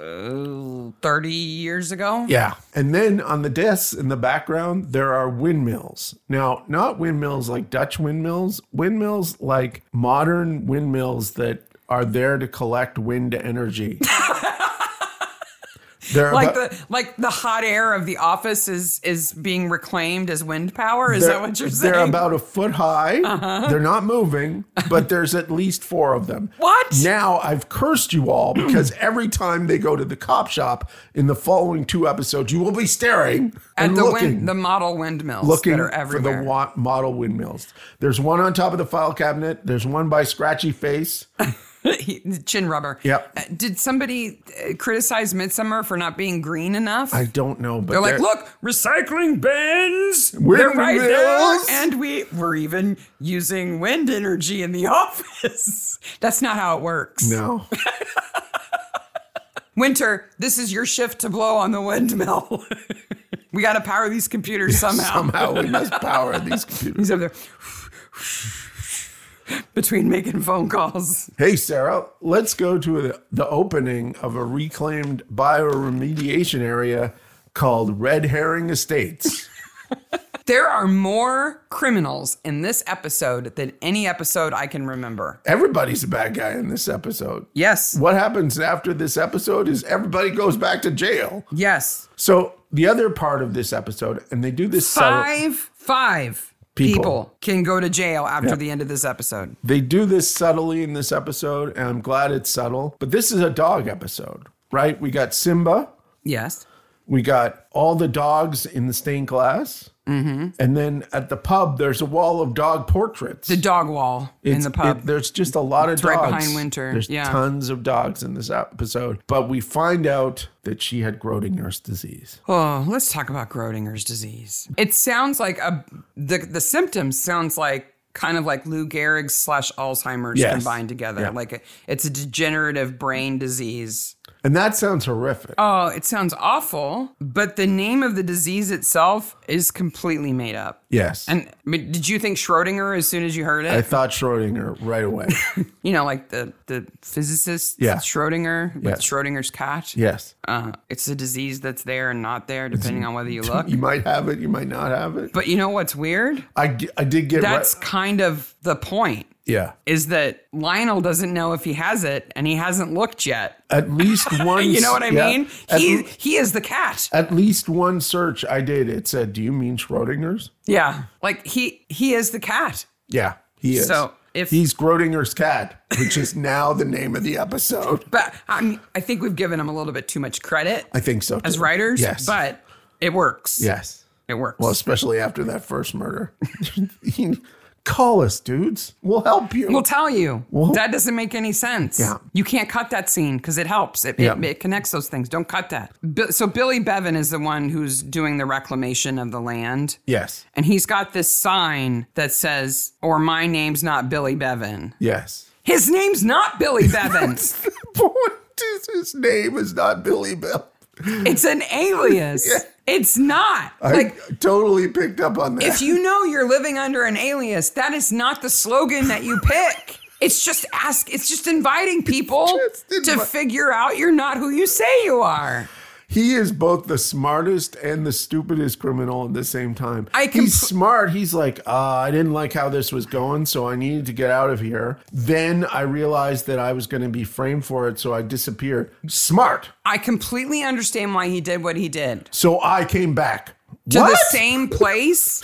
Speaker 1: Uh, Thirty years ago.
Speaker 2: Yeah. And then on the desks in the background, there are windmills. Now, not windmills like Dutch windmills, windmills like modern windmills that are there to collect wind energy. They're
Speaker 1: Like
Speaker 2: about-
Speaker 1: the like the hot air of the office is is being reclaimed as wind power. Is that what you're saying? Uh-huh.
Speaker 2: They're about a foot high. They're not moving, but there's at least four of them.
Speaker 1: What?
Speaker 2: Now I've cursed you all because every time they go to the cop shop in the following two episodes, you will be staring
Speaker 1: At
Speaker 2: and
Speaker 1: the
Speaker 2: looking.
Speaker 1: wind, the model windmills
Speaker 2: Looking
Speaker 1: that are
Speaker 2: for the
Speaker 1: everywhere.
Speaker 2: wa- model windmills. There's one on top of the file cabinet. There's one by Scratchy Face.
Speaker 1: He- chin rubber.
Speaker 2: Yep.
Speaker 1: Uh, did somebody uh, criticize Midsummer for not being green enough?
Speaker 2: I don't know, but
Speaker 1: They're like, look, recycling bins. We're right there,
Speaker 2: Windmills."
Speaker 1: and we we're even using wind energy in the office. That's not how it works.
Speaker 2: No.
Speaker 1: Winter, this is your shift to blow on the windmill. we got to power these computers somehow.
Speaker 2: Somehow we must power these computers.
Speaker 1: He's up there between making phone calls.
Speaker 2: Hey, Sarah, let's go to the, the opening of a reclaimed bioremediation area called Red Herring Estates.
Speaker 1: There are more criminals in this episode than any episode I can remember.
Speaker 2: Everybody's a bad guy in this episode.
Speaker 1: Yes.
Speaker 2: What happens after this episode is everybody goes back to jail.
Speaker 1: Yes.
Speaker 2: So, the other part of this episode, and they do this subtle-
Speaker 1: Five, five
Speaker 2: People.
Speaker 1: people. can go to jail after the end of this episode.
Speaker 2: They do this subtly in this episode, and I'm glad it's subtle. But this is a dog episode, right? We got Simba,
Speaker 1: Yes.
Speaker 2: we got all the dogs in the stained glass, mm-hmm. and then at the pub, there's a wall of dog portraits
Speaker 1: The dog wall in
Speaker 2: It's-
Speaker 1: the pub.
Speaker 2: it- there's just a lot of
Speaker 1: right
Speaker 2: dogs.
Speaker 1: behind Winter,
Speaker 2: There's
Speaker 1: yeah.
Speaker 2: tons of dogs in this episode, but we find out that she had Grodinger's disease.
Speaker 1: oh, let's talk about Grodinger's disease. It sounds like a the the symptoms sounds like kind of like Lou Gehrig's slash Alzheimer's
Speaker 2: Yes.
Speaker 1: combined together.
Speaker 2: Yeah.
Speaker 1: Like a, it's a degenerative brain disease.
Speaker 2: And that sounds horrific.
Speaker 1: Oh, it sounds awful, but the name of the disease itself is completely made up.
Speaker 2: yes.
Speaker 1: And I mean, did you think Schrodinger as soon as you heard it?
Speaker 2: I thought Schrodinger right away.
Speaker 1: you know, like the the physicist
Speaker 2: Yeah.
Speaker 1: Schrodinger with
Speaker 2: Yes.
Speaker 1: Schrodinger's cat.
Speaker 2: yes.
Speaker 1: Uh, it's a disease that's there and not there depending on whether you look.
Speaker 2: You might have it, you might not have it.
Speaker 1: But you know what's weird?
Speaker 2: I, g- I did get
Speaker 1: That's
Speaker 2: right-
Speaker 1: kind of the point.
Speaker 2: yeah.
Speaker 1: Is that Lionel doesn't know if he has it and he hasn't looked yet.
Speaker 2: At least one.
Speaker 1: You know what I
Speaker 2: yeah.
Speaker 1: mean?
Speaker 2: At,
Speaker 1: He
Speaker 2: l-
Speaker 1: he is the cat.
Speaker 2: at least one search I did. It said, "Do you mean Schrodinger's?"
Speaker 1: Yeah. Like he he is the cat.
Speaker 2: Yeah, he is.
Speaker 1: So, if-
Speaker 2: he's Grodinger's cat, which is now the name of the episode,
Speaker 1: But I mean, I think we've given him a little bit too much credit
Speaker 2: I think so.
Speaker 1: as
Speaker 2: too.
Speaker 1: writers.
Speaker 2: yes,
Speaker 1: But it works.
Speaker 2: yes.
Speaker 1: It works.
Speaker 2: Well, especially after that first murder. He- Call us, dudes. We'll help you.
Speaker 1: We'll tell you.
Speaker 2: Well-
Speaker 1: that doesn't make any sense.
Speaker 2: Yeah.
Speaker 1: You can't cut that scene because it helps. It, it-
Speaker 2: Yeah.
Speaker 1: it, connects those things. Don't cut that. Bi- so Billy Bevan is the one who's doing the reclamation of the land.
Speaker 2: yes,
Speaker 1: And he's got this sign that says, or my name's not Billy Bevan.
Speaker 2: yes.
Speaker 1: His name's not Billy Bevan.
Speaker 2: The point is, his name is not Billy Bell.
Speaker 1: it's an alias. It's not. like,
Speaker 2: I totally picked up on that.
Speaker 1: if you know you're living under an alias, that is not the slogan that you pick. It's just ask. It's just inviting people
Speaker 2: just
Speaker 1: to
Speaker 2: invi-
Speaker 1: figure out you're not who you say you are.
Speaker 2: He is both the smartest and the stupidest criminal at the same time.
Speaker 1: I com-
Speaker 2: he's smart. He's like, uh, I didn't like how this was going, so I needed to get out of here. Then I realized that I was going to be framed for it, so I disappeared. Smart.
Speaker 1: I completely understand why he did what he did
Speaker 2: So I came back.
Speaker 1: to
Speaker 2: what?
Speaker 1: the same place.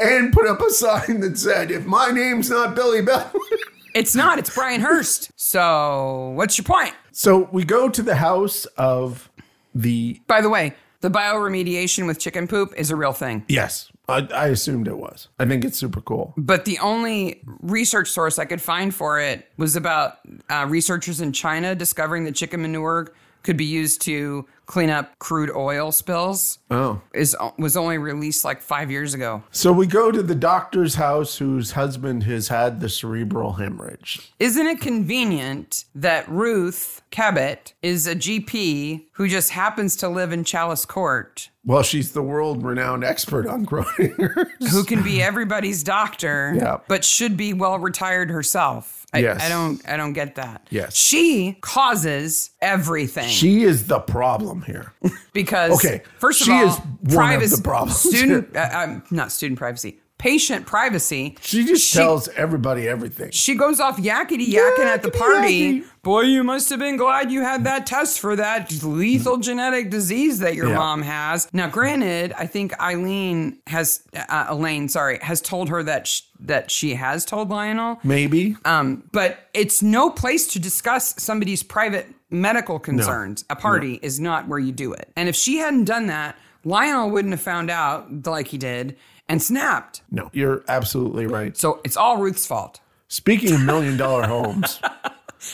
Speaker 2: and put up a sign that said, "If my name's not Billy Bell."
Speaker 1: it's not. It's Brian Hurst. So what's your point?
Speaker 2: so we go to the house of the
Speaker 1: By the way, the bioremediation with chicken poop is a real thing.
Speaker 2: yes. I, I assumed it was. I think it's super cool.
Speaker 1: But the only research source I could find for it was about uh, researchers in China discovering that chicken manure could be used to clean up crude oil spills.
Speaker 2: Oh.
Speaker 1: Is was only released like five years ago.
Speaker 2: So we go to the doctor's house whose husband has had the cerebral hemorrhage.
Speaker 1: Isn't it convenient that Ruth Cabot is a GP who just happens to live in Chalice Court,
Speaker 2: Well, she's the world renowned expert on Croninger's.
Speaker 1: who can be everybody's doctor,
Speaker 2: Yeah.
Speaker 1: but should be well retired herself? I,
Speaker 2: Yes.
Speaker 1: I don't I don't get that.
Speaker 2: Yes.
Speaker 1: She causes everything.
Speaker 2: She is the problem here.
Speaker 1: because
Speaker 2: Okay,
Speaker 1: first of
Speaker 2: she
Speaker 1: all,
Speaker 2: is one of the problems
Speaker 1: Student, uh, um, not student privacy, patient privacy.
Speaker 2: She just
Speaker 1: She-
Speaker 2: tells everybody everything.
Speaker 1: She goes off yakety yakking at the party.
Speaker 2: Yakety-yakking.
Speaker 1: Boy, you must have been glad you had that test for that lethal genetic disease that your
Speaker 2: Yeah.
Speaker 1: mom has. Now, granted, I think Eileen has uh, Elaine, sorry, has told her that sh- that she has told Lionel.
Speaker 2: Maybe.
Speaker 1: Um, but it's no place to discuss somebody's private medical concerns. A party is not where you do it. And if she hadn't done that, Lionel wouldn't have found out like he did and snapped.
Speaker 2: no, you're absolutely right.
Speaker 1: So it's all Ruth's fault.
Speaker 2: Speaking of million dollar homes,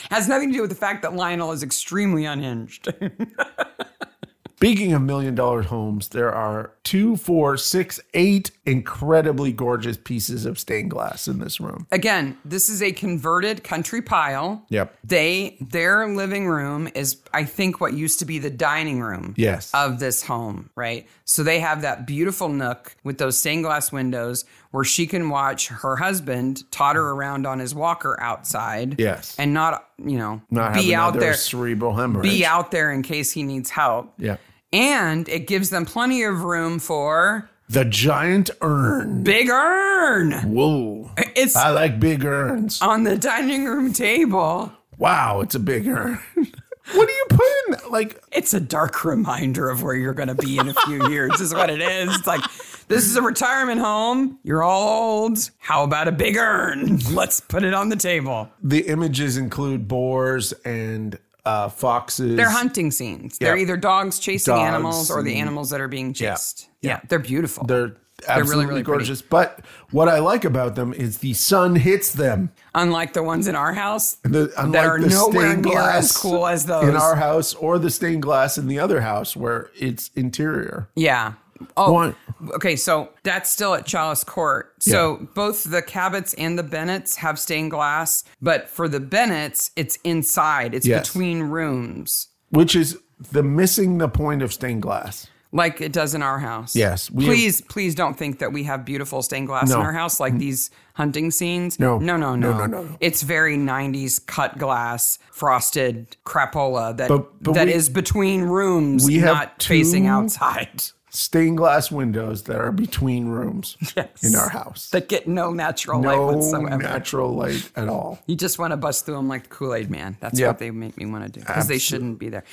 Speaker 1: Has nothing to do with the fact that Lionel is extremely unhinged.
Speaker 2: Speaking of million dollar homes, there are two, four, six, eight incredibly gorgeous pieces of stained glass in this room.
Speaker 1: Again, this is a converted country pile.
Speaker 2: Yep.
Speaker 1: They their living room is I think what used to be the dining room.
Speaker 2: Yes.
Speaker 1: Of this home, right? So they have that beautiful nook with those stained glass windows where she can watch her husband totter around on his walker outside.
Speaker 2: Mm. Yes.
Speaker 1: And not, you know,
Speaker 2: Not
Speaker 1: be
Speaker 2: having
Speaker 1: out
Speaker 2: another
Speaker 1: there
Speaker 2: cerebral hemorrhage.
Speaker 1: be out there in case he needs help.
Speaker 2: Yeah.
Speaker 1: And it gives them plenty of room for
Speaker 2: The giant urn.
Speaker 1: Big Urn.
Speaker 2: Whoa.
Speaker 1: It's Um,
Speaker 2: I like big urns.
Speaker 1: on the dining room table.
Speaker 2: Wow, it's a big urn. what do you put in? that? Like,
Speaker 1: It's a dark reminder of where you're going to be in a few years, is what it is. It's like, this is a retirement home. You're all old. How about a big urn? Let's put it on the table.
Speaker 2: the images include boars and uh, foxes.
Speaker 1: They're hunting scenes. They're
Speaker 2: Yeah.
Speaker 1: either dogs chasing
Speaker 2: Dogs
Speaker 1: animals or the
Speaker 2: and-
Speaker 1: animals that are being chased. Yeah, they're beautiful.
Speaker 2: They're
Speaker 1: really,
Speaker 2: absolutely
Speaker 1: really pretty.
Speaker 2: gorgeous. But what I like about them is the sun hits them.
Speaker 1: unlike the ones in our house
Speaker 2: The-
Speaker 1: that
Speaker 2: unlike
Speaker 1: are
Speaker 2: the
Speaker 1: nowhere
Speaker 2: stained
Speaker 1: near as
Speaker 2: glass
Speaker 1: cool as those.
Speaker 2: in our house or the stained glass in the other house where it's interior.
Speaker 1: Yeah. Oh,
Speaker 2: One-
Speaker 1: okay. So that's still at Chalice Court. So both the Cabots and the Bennets have stained glass, but for the Bennets, it's inside. It's
Speaker 2: Yes.
Speaker 1: between rooms,
Speaker 2: Which is the missing the point of stained glass.
Speaker 1: like it does in our house.
Speaker 2: Yes, we-
Speaker 1: please, please don't think that we have beautiful stained glass
Speaker 2: No.
Speaker 1: in our house, like these hunting scenes.
Speaker 2: No.
Speaker 1: No. No. No.
Speaker 2: No, no, no, no.
Speaker 1: It's very '90s cut glass, frosted crapola that that is
Speaker 2: But- but we-
Speaker 1: between rooms,
Speaker 2: we have
Speaker 1: not facing
Speaker 2: two-
Speaker 1: outside.
Speaker 2: Stained glass windows that are between rooms in our house.
Speaker 1: That get no natural light
Speaker 2: no
Speaker 1: whatsoever.
Speaker 2: natural light at all.
Speaker 1: You just want to bust through them like the Kool Aid Man. That's
Speaker 2: Yep.
Speaker 1: what they make me want to do because they shouldn't be there.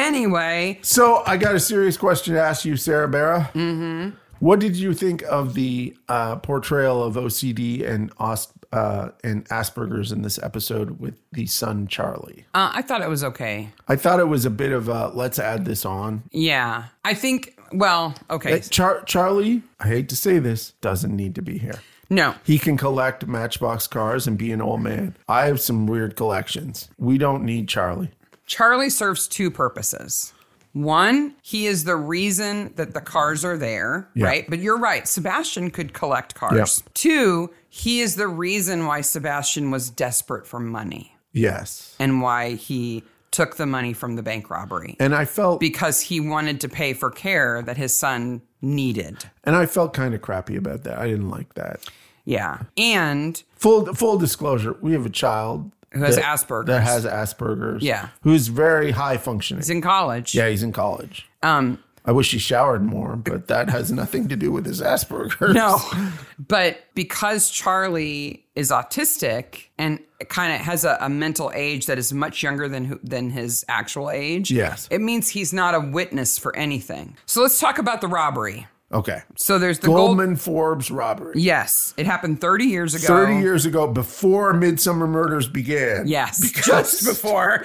Speaker 1: Anyway,
Speaker 2: So I got a serious question to ask you, Sarah Barra. Mm-hmm. What did you think of the uh, portrayal of OCD and Os- uh, and Asperger's in this episode with the son Charlie?
Speaker 1: uh, I thought it was okay.
Speaker 2: I thought it was a bit of a let's add this on.
Speaker 1: Yeah, I think. Well, okay,
Speaker 2: Char- Charlie, I hate to say this, doesn't need to be here.
Speaker 1: no,
Speaker 2: He can collect matchbox cars and be an old man. I have some weird collections. We don't need Charlie.
Speaker 1: Charlie serves two purposes. One, he is the reason that the cars are there,
Speaker 2: Yeah.
Speaker 1: right? But you're right, Sebastian could collect cars. Two, he is the reason why Sebastian was desperate for money
Speaker 2: Yes.
Speaker 1: and why he took the money from the bank robbery.
Speaker 2: And I felt
Speaker 1: because he wanted to pay for care that his son needed.
Speaker 2: and I felt kind of crappy about that. I didn't like that.
Speaker 1: Yeah. And
Speaker 2: Full full disclosure, we have a child
Speaker 1: Who has
Speaker 2: that-
Speaker 1: Asperger's.
Speaker 2: That has Asperger's.
Speaker 1: Yeah.
Speaker 2: Who's very high functioning.
Speaker 1: he's in college.
Speaker 2: yeah, he's in college.
Speaker 1: Um,
Speaker 2: I wish he showered more, but that has nothing to do with his Asperger's.
Speaker 1: No. But because Charlie is autistic and kind of has a, a mental age that is much younger than who, than his actual age,
Speaker 2: Yes.
Speaker 1: it means he's not a witness for anything. So let's talk about the robbery.
Speaker 2: Okay.
Speaker 1: So there's the gold.
Speaker 2: Goldman Forbes robbery.
Speaker 1: Yes, it happened 30 years ago.
Speaker 2: 30 years ago, before Midsummer Murders began.
Speaker 1: Yes,
Speaker 2: Because,
Speaker 1: just before.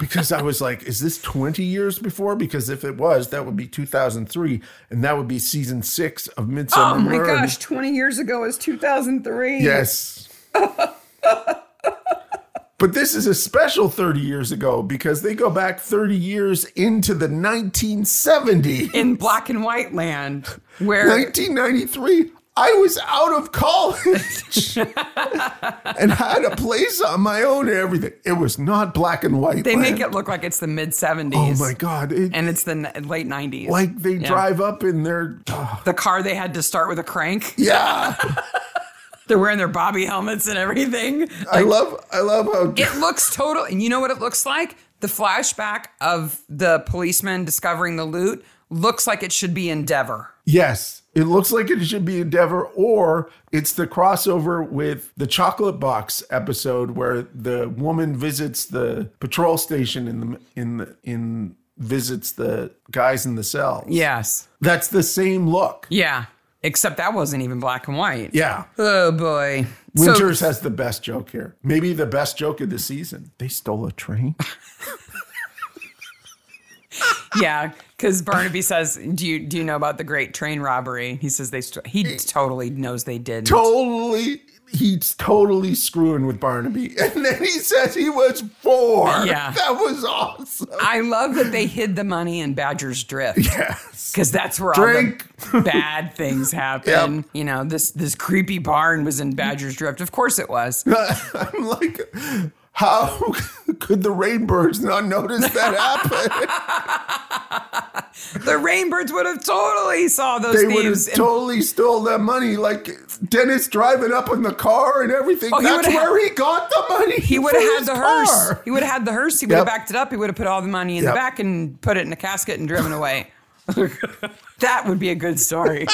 Speaker 2: because I was like, is this 20 years before? Because if it was, that would be 2003, and that would be season six of Midsummer
Speaker 1: Oh my gosh,
Speaker 2: Murders.
Speaker 1: 20 years ago is 2003.
Speaker 2: Yes. but this is a special 30 years ago because they go back 30 years into the 1970s.
Speaker 1: In black and white land, where
Speaker 2: 1993, I was out of college and had a place on my own and everything. It was not black and white.
Speaker 1: they
Speaker 2: land.
Speaker 1: make it look like it's the mid 70s.
Speaker 2: Oh my God. It,
Speaker 1: And it's the n- late 90s.
Speaker 2: like they
Speaker 1: Yeah.
Speaker 2: drive up in their. ah,
Speaker 1: the car they had to start with a crank.
Speaker 2: yeah.
Speaker 1: They're wearing their bobby helmets and everything.
Speaker 2: I love I love how
Speaker 1: It looks total. And you know what it looks like? The flashback of the policeman discovering the loot looks like it should be Endeavor.
Speaker 2: Yes, it looks like it should be Endeavor, or it's the crossover with the Chocolate Box episode where the woman visits the patrol station in the in the, in visits the guys in the cell.
Speaker 1: Yes.
Speaker 2: That's the same look.
Speaker 1: Yeah. Except that wasn't even black and white.
Speaker 2: Yeah.
Speaker 1: Oh boy. So-
Speaker 2: Winters has the best joke here. Maybe the best joke of the season. They stole a train.
Speaker 1: yeah, because Barnaby says, "Do you do you know about the Great Train Robbery?" He says they st- he totally knows they did.
Speaker 2: totally he's totally screwing with Barnaby. And then he says he was four.
Speaker 1: Yeah.
Speaker 2: That was awesome.
Speaker 1: I love that they hid the money in Badger's Drift.
Speaker 2: Yes.
Speaker 1: because that's where all the bad things happen. You know, this this creepy barn was in Badger's Drift. Of course it was.
Speaker 2: I'm like, how could the rainbirds not notice that happen?
Speaker 1: The Rainbirds would have totally saw those
Speaker 2: they would have
Speaker 1: thieves. and-
Speaker 2: totally stole that money. Like Dennis driving up in the car and everything.
Speaker 1: Oh, he
Speaker 2: That's
Speaker 1: would've had-
Speaker 2: where he got the money.
Speaker 1: he would have had the hearse. He would have had the hearse. He would have
Speaker 2: Yep.
Speaker 1: backed it up. He would have put all the money in
Speaker 2: Yep.
Speaker 1: the back and put it in a casket and driven away. that would be a good story.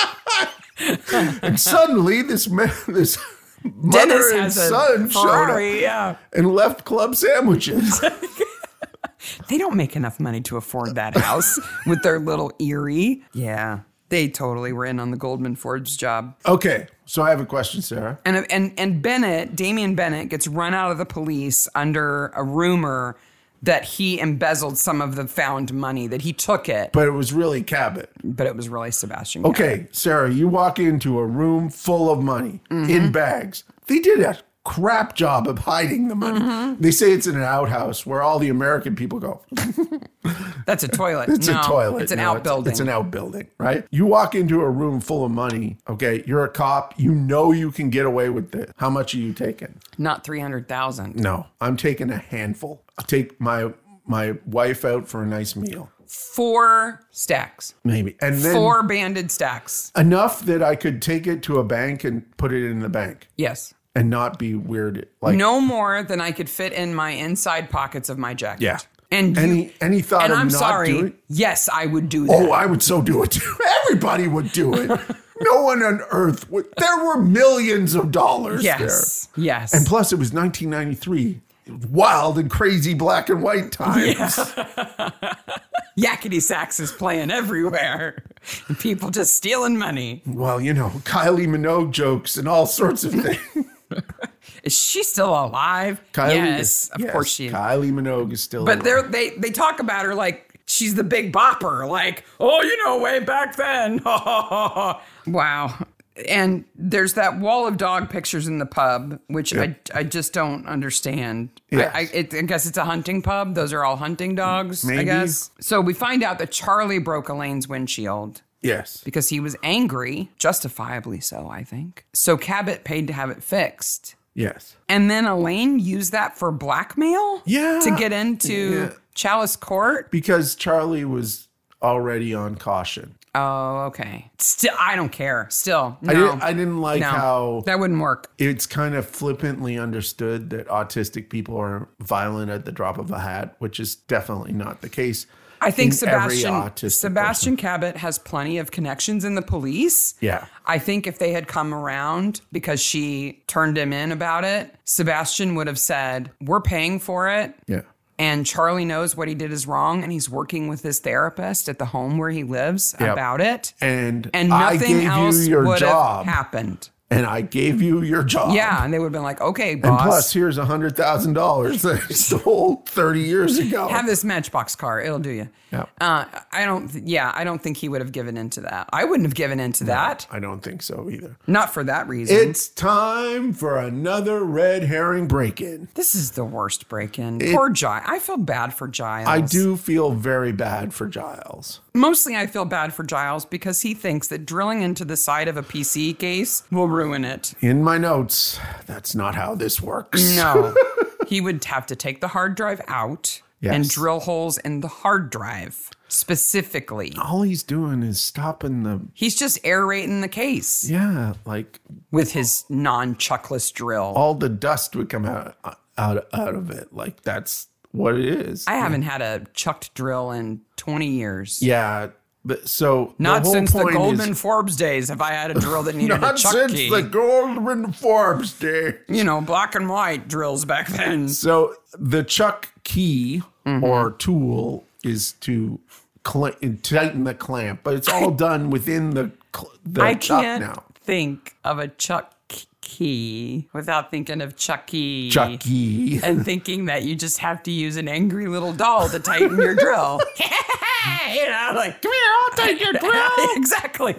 Speaker 2: And suddenly, this man, this mother
Speaker 1: Dennis
Speaker 2: and
Speaker 1: has
Speaker 2: son
Speaker 1: a
Speaker 2: showed up
Speaker 1: Ferrari. Yeah,
Speaker 2: and left club sandwiches.
Speaker 1: they don't make enough money to afford that house with their little eerie. Yeah, they totally were in on the Goldman Forbes job.
Speaker 2: okay, so I have a question, Sarah.
Speaker 1: And and and Bennett, Damian Bennett, gets run out of the police under a rumor that he embezzled some of the found money, that he took it,
Speaker 2: But it was really Cabot.
Speaker 1: but it was really Sebastian. Cabot.
Speaker 2: Okay, Sarah, you walk into a room full of money in
Speaker 1: Mm-hmm.
Speaker 2: bags. They did a crap job of hiding the money.
Speaker 1: Mm-hmm.
Speaker 2: They say it's in an outhouse where all the American people go.
Speaker 1: that's a toilet.
Speaker 2: Oh. It's
Speaker 1: No,
Speaker 2: a toilet.
Speaker 1: It's an
Speaker 2: No,
Speaker 1: outbuilding.
Speaker 2: It's, an outbuilding, right? You walk into a room full of money. Okay, you're a cop. You know you can get away with it. How much are you taking?
Speaker 1: Not three hundred thousand.
Speaker 2: No, I'm taking a handful. I'll take my my wife out for a nice meal,
Speaker 1: Four stacks.
Speaker 2: maybe, and then
Speaker 1: Four banded stacks.
Speaker 2: enough that I could take it to a bank and put it in the bank
Speaker 1: Yes.
Speaker 2: and not be weird. Like
Speaker 1: No more than I could fit in my inside pockets of my jacket.
Speaker 2: Yeah.
Speaker 1: And you,
Speaker 2: Any any thought
Speaker 1: and
Speaker 2: of
Speaker 1: I'm
Speaker 2: not
Speaker 1: sorry.
Speaker 2: doing?
Speaker 1: Yes, I would do that.
Speaker 2: Oh, I would so do it too. Everybody would do it. no one on earth would. There were millions of dollars
Speaker 1: yes. Yes.
Speaker 2: there, and plus it was 1993, wild and crazy black and white times.
Speaker 1: Yakety sax is playing everywhere. And people just stealing money.
Speaker 2: Well, you know, Kylie Minogue jokes and all sorts of things.
Speaker 1: Is she still alive?
Speaker 2: Kylie
Speaker 1: yes,
Speaker 2: is-
Speaker 1: of
Speaker 2: yes,
Speaker 1: course she is.
Speaker 2: Kylie Minogue is still.
Speaker 1: But
Speaker 2: alive.
Speaker 1: they're, they they talk about her like she's the big bopper. Like, oh, you know, way back then. wow. And there's that wall of dog pictures in the pub, which I, I just don't understand.
Speaker 2: Yes.
Speaker 1: I, I, it, I guess it's a hunting pub. Those are all hunting dogs, I
Speaker 2: Maybe.
Speaker 1: guess. So we find out that Charlie broke Elaine's windshield.
Speaker 2: yes,
Speaker 1: because he was angry, justifiably so, I think. So Cabot paid to have it fixed.
Speaker 2: yes.
Speaker 1: And then Elaine used that for blackmail?
Speaker 2: Yeah.
Speaker 1: To get into
Speaker 2: Yeah.
Speaker 1: Chalice Court?
Speaker 2: because Charlie was already on caution.
Speaker 1: Oh, okay. Still, I don't care. Still, no.
Speaker 2: I, didn't, I didn't like
Speaker 1: no.
Speaker 2: how
Speaker 1: that wouldn't work.
Speaker 2: it's kind of flippantly understood that autistic people are violent at the drop of a hat, which is definitely not the case.
Speaker 1: I think
Speaker 2: in every
Speaker 1: Sebastian
Speaker 2: autistic
Speaker 1: Sebastian Cabot has plenty of connections in the police.
Speaker 2: Yeah.
Speaker 1: I think if they had come around because she turned him in about it, Sebastian would have said, "We're paying for it."
Speaker 2: Yeah.
Speaker 1: And Charlie knows what he did is wrong, and he's working with his therapist at the home where he lives
Speaker 2: Yep.
Speaker 1: about it.
Speaker 2: And,
Speaker 1: And
Speaker 2: I
Speaker 1: nothing
Speaker 2: gave
Speaker 1: else
Speaker 2: you your
Speaker 1: would
Speaker 2: job.
Speaker 1: have happened.
Speaker 2: And I gave you your job.
Speaker 1: Yeah, and they would have been like, "Okay,
Speaker 2: And
Speaker 1: boss,
Speaker 2: plus, here's a hundred thousand dollars that I stole thirty years ago.
Speaker 1: have this Matchbox car; it'll do you."
Speaker 2: Yep.
Speaker 1: Uh, I don't. Th- yeah, I don't think he would have given into that. I wouldn't have given into that.
Speaker 2: I don't think so either.
Speaker 1: Not for that reason.
Speaker 2: It's time for another red herring break-in.
Speaker 1: This is the worst break in. Poor Giles. I feel bad for Giles.
Speaker 2: I do feel very bad for Giles.
Speaker 1: Mostly I feel bad for Giles because he thinks that drilling into the side of a PC case will ruin it.
Speaker 2: In my notes, that's not how this works.
Speaker 1: No. he would have to take the hard drive out and
Speaker 2: Yes.
Speaker 1: drill holes in the hard drive specifically.
Speaker 2: All he's doing is stopping the
Speaker 1: He's just aerating the case
Speaker 2: yeah, like
Speaker 1: with his non chuckless drill.
Speaker 2: all the dust would come out out out of it. Like that's what it is.
Speaker 1: I haven't had a chucked drill in 20 years.
Speaker 2: yeah. But so
Speaker 1: Not
Speaker 2: the whole
Speaker 1: since the
Speaker 2: point is-
Speaker 1: Goldman Forbes days have I had a drill that needed a
Speaker 2: not
Speaker 1: chuck
Speaker 2: since
Speaker 1: key.
Speaker 2: the Goldman Forbes day.
Speaker 1: you know, black and white drills back then.
Speaker 2: So the chuck key
Speaker 1: Mm-hmm.
Speaker 2: or tool is to cl- tighten the clamp, but it's all done within the cl- the
Speaker 1: I
Speaker 2: chuck
Speaker 1: can't
Speaker 2: now.
Speaker 1: think of a Chuck Key without thinking of Chucky.
Speaker 2: Chuck key.
Speaker 1: And thinking that you just have to use an angry little doll to tighten your drill. you know, like, come here, I'll tighten your drill. exactly.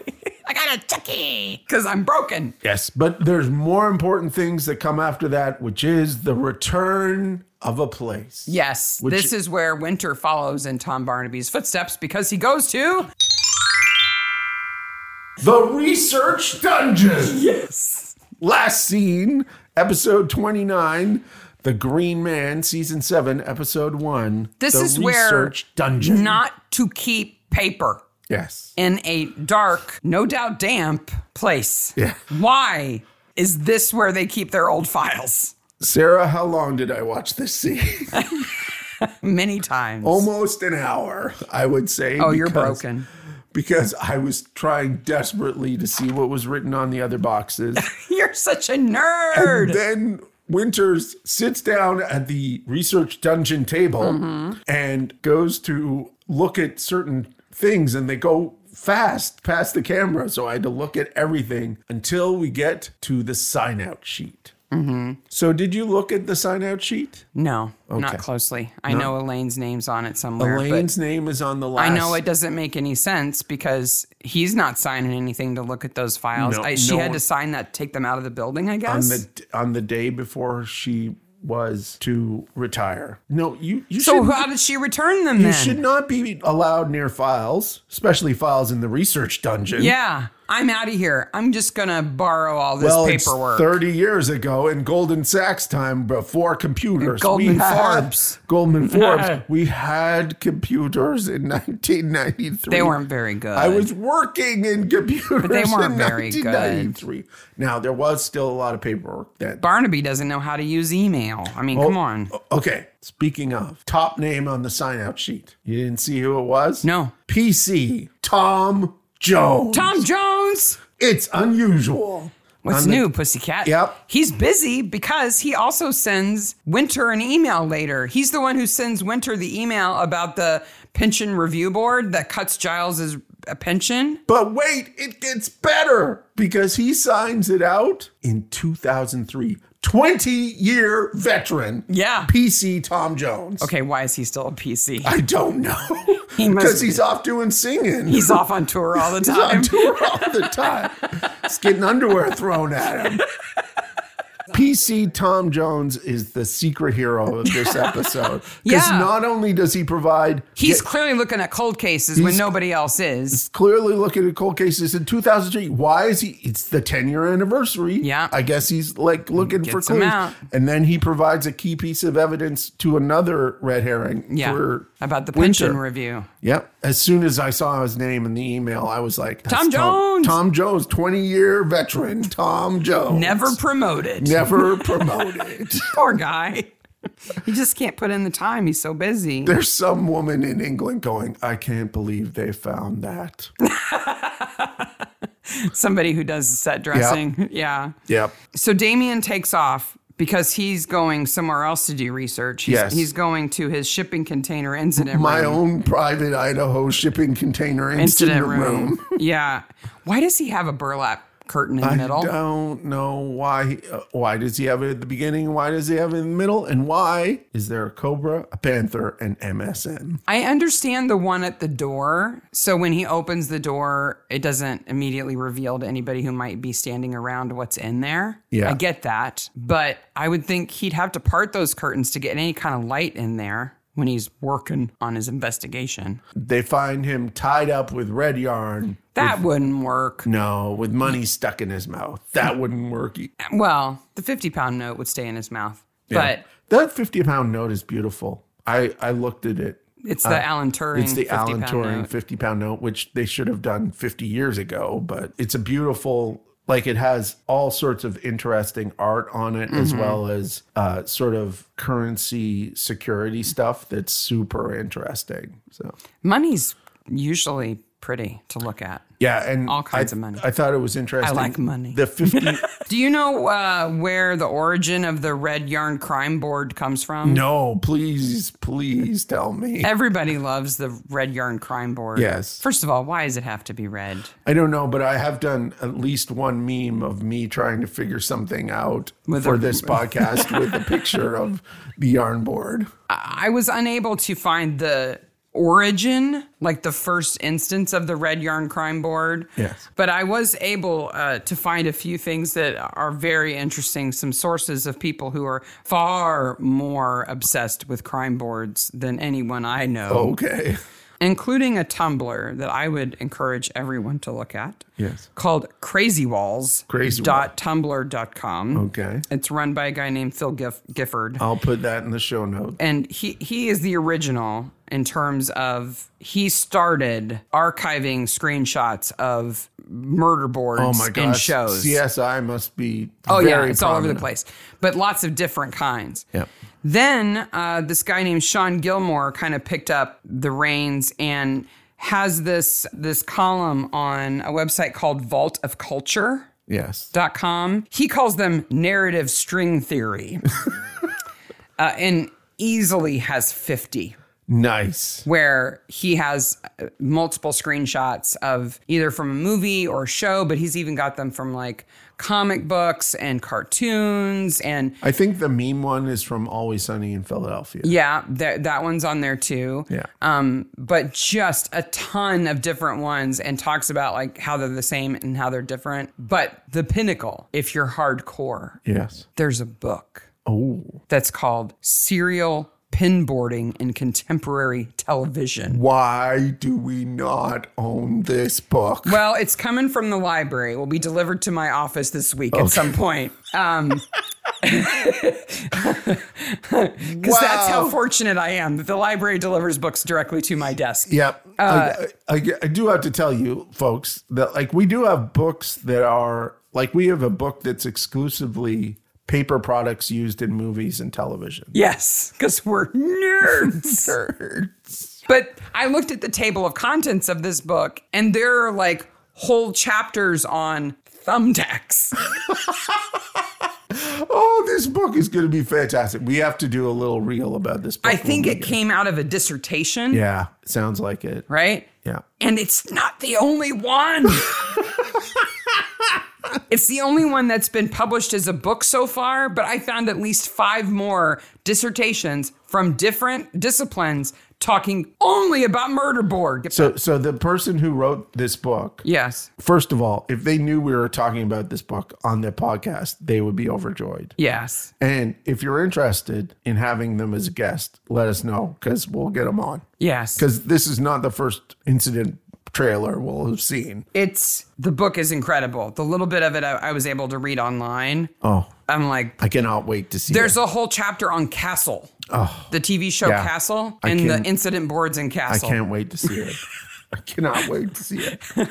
Speaker 1: I got a Chucky because I'm broken.
Speaker 2: Yes, but there's more important things that come after that, which is the return of a place.
Speaker 1: Yes,
Speaker 2: Would
Speaker 1: this
Speaker 2: you-
Speaker 1: is where Winter follows in Tom Barnaby's footsteps because he goes to
Speaker 2: The research dungeon.
Speaker 1: yes,
Speaker 2: Last scene, episode 29, The Green Man, season 7, episode 1.
Speaker 1: This
Speaker 2: the
Speaker 1: is where
Speaker 2: research dungeon.
Speaker 1: not to keep paper.
Speaker 2: yes.
Speaker 1: in a dark, no doubt damp place.
Speaker 2: Yeah.
Speaker 1: Why is this where they keep their old files?
Speaker 2: Sarah, how long did I watch this scene?
Speaker 1: Many times.
Speaker 2: Almost an hour, I would say.
Speaker 1: oh, you're
Speaker 2: because-
Speaker 1: broken.
Speaker 2: Because I was trying desperately to see what was written on the other boxes.
Speaker 1: You're such a nerd.
Speaker 2: then Winters sits down at the research dungeon table
Speaker 1: Mm-hmm.
Speaker 2: and goes to look at certain things, and they go fast past the camera. So I had to look at everything until we get to the sign out sheet.
Speaker 1: Mm-hmm.
Speaker 2: So, did you look at the sign out sheet?
Speaker 1: no, not
Speaker 2: Okay.
Speaker 1: closely. I know Elaine's name's on it somewhere.
Speaker 2: Elaine's name is on the
Speaker 1: but
Speaker 2: last.
Speaker 1: I know it doesn't make any sense because he's not signing anything to look at those files.
Speaker 2: No,
Speaker 1: I, she
Speaker 2: no
Speaker 1: had to
Speaker 2: one-
Speaker 1: sign that, take them out of the building, I
Speaker 2: on
Speaker 1: guess.
Speaker 2: the on the day before she was to retire. No, you you
Speaker 1: so
Speaker 2: should
Speaker 1: how did she return them
Speaker 2: you
Speaker 1: then?
Speaker 2: should not be allowed near files, especially files in the research dungeon.
Speaker 1: yeah, I'm out of here. I'm just gonna borrow all this
Speaker 2: Well, it's
Speaker 1: paperwork.
Speaker 2: 30 years ago in Golden Sachs time before computers.
Speaker 1: Goldman
Speaker 2: we had-
Speaker 1: Forbes.
Speaker 2: Goldman Forbes. we had computers in 1993.
Speaker 1: they weren't very good.
Speaker 2: I was working in computers
Speaker 1: they weren't
Speaker 2: in
Speaker 1: very good.
Speaker 2: 1993. Now, there was still a lot of paperwork then.
Speaker 1: Barnaby doesn't know how to use email. I
Speaker 2: Oh.
Speaker 1: mean, come on.
Speaker 2: Okay. Speaking of, top name on the sign out sheet. You didn't see who it was?
Speaker 1: No.
Speaker 2: PC Tom Jones.
Speaker 1: Tom Jones.
Speaker 2: It's unusual.
Speaker 1: What's
Speaker 2: On the-
Speaker 1: new, Pussycat?
Speaker 2: Yep.
Speaker 1: He's busy because he also sends Winter an email later. He's the one who sends Winter the email about the pension review board that cuts Giles's uh, pension.
Speaker 2: But wait, it gets better because he signs it out in 2003. 20 year veteran.
Speaker 1: Yeah.
Speaker 2: PC Tom Jones.
Speaker 1: Okay, why is he still a PC?
Speaker 2: I don't know.
Speaker 1: He must
Speaker 2: Because
Speaker 1: be-
Speaker 2: he's off doing singing.
Speaker 1: He's off on tour all the
Speaker 2: He's on
Speaker 1: time.
Speaker 2: tour all the time. He's getting underwear thrown at him. PC Tom Jones is the secret hero of this episode. Because
Speaker 1: Yeah.
Speaker 2: not only does he provide
Speaker 1: He's
Speaker 2: Yeah,
Speaker 1: clearly looking at cold cases when
Speaker 2: He's-
Speaker 1: nobody else is.
Speaker 2: clearly looking at cold cases in 2003. Why is he? It's the 10 year anniversary.
Speaker 1: Yeah.
Speaker 2: I guess he's like looking for
Speaker 1: Gets 'em
Speaker 2: clues.
Speaker 1: out.
Speaker 2: And then he provides a key piece of evidence to another red herring
Speaker 1: Yeah.
Speaker 2: for
Speaker 1: About the pension
Speaker 2: Winter.
Speaker 1: review.
Speaker 2: Yep. As soon as I saw his name in the email, I was like, that's
Speaker 1: Tom Jones.
Speaker 2: Tom Jones, 20 year veteran, Tom Jones.
Speaker 1: Never promoted.
Speaker 2: Never promoted.
Speaker 1: Poor guy. he just can't put in the time. He's so busy.
Speaker 2: There's some woman in England going, I can't believe they found that.
Speaker 1: Somebody who does set dressing. yeah.
Speaker 2: Yep.
Speaker 1: So Damien takes off because he's going somewhere else to do research. He's,
Speaker 2: Yes.
Speaker 1: He's going to his shipping container incident
Speaker 2: My
Speaker 1: room.
Speaker 2: own private Idaho shipping container incident,
Speaker 1: incident
Speaker 2: room.
Speaker 1: room. yeah. Why does he have a burlap curtain in the
Speaker 2: I
Speaker 1: middle?
Speaker 2: don't know why. He, uh, why does he have it at the beginning? Why does he have it in the middle? And why is there a cobra, a panther, and MSN?
Speaker 1: I understand the one at the door. So when he opens the door, it doesn't immediately reveal to anybody who might be standing around what's in there.
Speaker 2: Yeah.
Speaker 1: I get that. But I would think he'd have to part those curtains to get any kind of light in there when he's working on his investigation.
Speaker 2: They find him tied up with red yarn.
Speaker 1: That wouldn't work.
Speaker 2: No, with money stuck in his mouth. That wouldn't work. e-
Speaker 1: Well, the 50 pound note would stay in his mouth,
Speaker 2: Yeah. that 50 pound note is beautiful. I, I looked at it.
Speaker 1: but it's the Alan Turing.
Speaker 2: Uh, It's the
Speaker 1: 50
Speaker 2: Alan
Speaker 1: pound
Speaker 2: Turing
Speaker 1: note.
Speaker 2: 50 pound note, which they should have done 50 years ago, but it's a beautiful, like it has all sorts of interesting art on it,
Speaker 1: Mm-hmm.
Speaker 2: as well as uh, sort of currency security stuff that's super interesting. So,
Speaker 1: Money's usually pretty to look at.
Speaker 2: yeah. And
Speaker 1: All kinds
Speaker 2: I-
Speaker 1: of money.
Speaker 2: I thought it was interesting.
Speaker 1: like money.
Speaker 2: The 50,
Speaker 1: Do you know uh, where the origin of the Red Yarn Crime Board comes from?
Speaker 2: no, please, please tell me.
Speaker 1: Everybody loves the Red Yarn Crime Board.
Speaker 2: Yes.
Speaker 1: First of all, why does it have to be red?
Speaker 2: I don't know, but I have done at least one meme of me trying to figure something out
Speaker 1: With
Speaker 2: for
Speaker 1: a-
Speaker 2: this podcast with a picture of the yarn board.
Speaker 1: I I was unable to find the origin, like the first instance of the Red Yarn Crime Board.
Speaker 2: Yes.
Speaker 1: But I was able uh, to find a few things that are very interesting, some sources of people who are far more obsessed with crime boards than anyone I know.
Speaker 2: Okay.
Speaker 1: including a Tumblr that I would encourage everyone to look at.
Speaker 2: Yes.
Speaker 1: Called crazywalls.
Speaker 2: Crazywall.
Speaker 1: dot tumblr.com.
Speaker 2: Okay. Oh.
Speaker 1: It's run by a guy named Phil Giff- Gifford.
Speaker 2: I'll put that in the show note.
Speaker 1: And he, he is the original in terms of he started archiving screenshots of murder boards
Speaker 2: Oh my
Speaker 1: in
Speaker 2: gosh.
Speaker 1: shows.
Speaker 2: CSI must be
Speaker 1: Oh yeah,
Speaker 2: very
Speaker 1: it's all over the
Speaker 2: prominent.
Speaker 1: place, but lots of different kinds.
Speaker 2: Yep.
Speaker 1: Then uh, this guy named Sean Gilmore kind of picked up the reins and has this this column on a website called Vault of Culture
Speaker 2: Yes.
Speaker 1: dot com. He calls them narrative string theory, uh, and easily has fifty
Speaker 2: Nice.
Speaker 1: where he has uh, multiple screenshots of either from a movie or a show, but he's even got them from like comic books and cartoons and
Speaker 2: I think the meme one is from Always Sunny in Philadelphia.
Speaker 1: yeah, that that one's on there too.
Speaker 2: Yeah.
Speaker 1: Um, but just a ton of different ones and talks about like how they're the same and how they're different. But the pinnacle, if you're hardcore,
Speaker 2: Yes.
Speaker 1: there's a book
Speaker 2: Oh.
Speaker 1: that's called Serial Pinboarding in Contemporary Television.
Speaker 2: Why do we not own this book?
Speaker 1: Well, it's coming from the library. It will be delivered to my office this week at some point. Um, because that's how
Speaker 2: Wow.
Speaker 1: fortunate I am that the library delivers books directly to my desk.
Speaker 2: Yep.
Speaker 1: Uh,
Speaker 2: I, I, I do have to tell you, folks, that like we do have books that are like we have a book that's exclusively paper products used in movies and television.
Speaker 1: Yes, because we're nerds. But I looked at the table of contents of this book, and there are like whole chapters on thumbtacks.
Speaker 2: Oh, this book is going to be fantastic. We have to do a little reel about this book.
Speaker 1: I think
Speaker 2: when
Speaker 1: it
Speaker 2: we
Speaker 1: came out of a dissertation,
Speaker 2: get- Oh Yeah, sounds like it.
Speaker 1: right?
Speaker 2: Yeah.
Speaker 1: And it's not the only one. it's the only one that's been published as a book so far, but I found at least five more dissertations from different disciplines talking only about Murderborg.
Speaker 2: So, so the person who wrote this book,
Speaker 1: yes.
Speaker 2: first of all, if they knew we were talking about this book on their podcast, they would be overjoyed.
Speaker 1: Yes.
Speaker 2: And if you're interested in having them as a guest, let us know because we'll get them on.
Speaker 1: Yes.
Speaker 2: Because this is not the first incident trailer we'll have seen.
Speaker 1: It's the book is incredible. The little bit of it I, I was able to read online.
Speaker 2: Oh,
Speaker 1: I'm like,
Speaker 2: I cannot wait to see.
Speaker 1: there's
Speaker 2: it.
Speaker 1: a whole chapter on Castle, oh, the TV show
Speaker 2: Yeah.
Speaker 1: Castle,
Speaker 2: I
Speaker 1: and the
Speaker 2: can-
Speaker 1: incident boards in
Speaker 2: I
Speaker 1: Castle.
Speaker 2: can't wait to see it. I cannot wait to see it.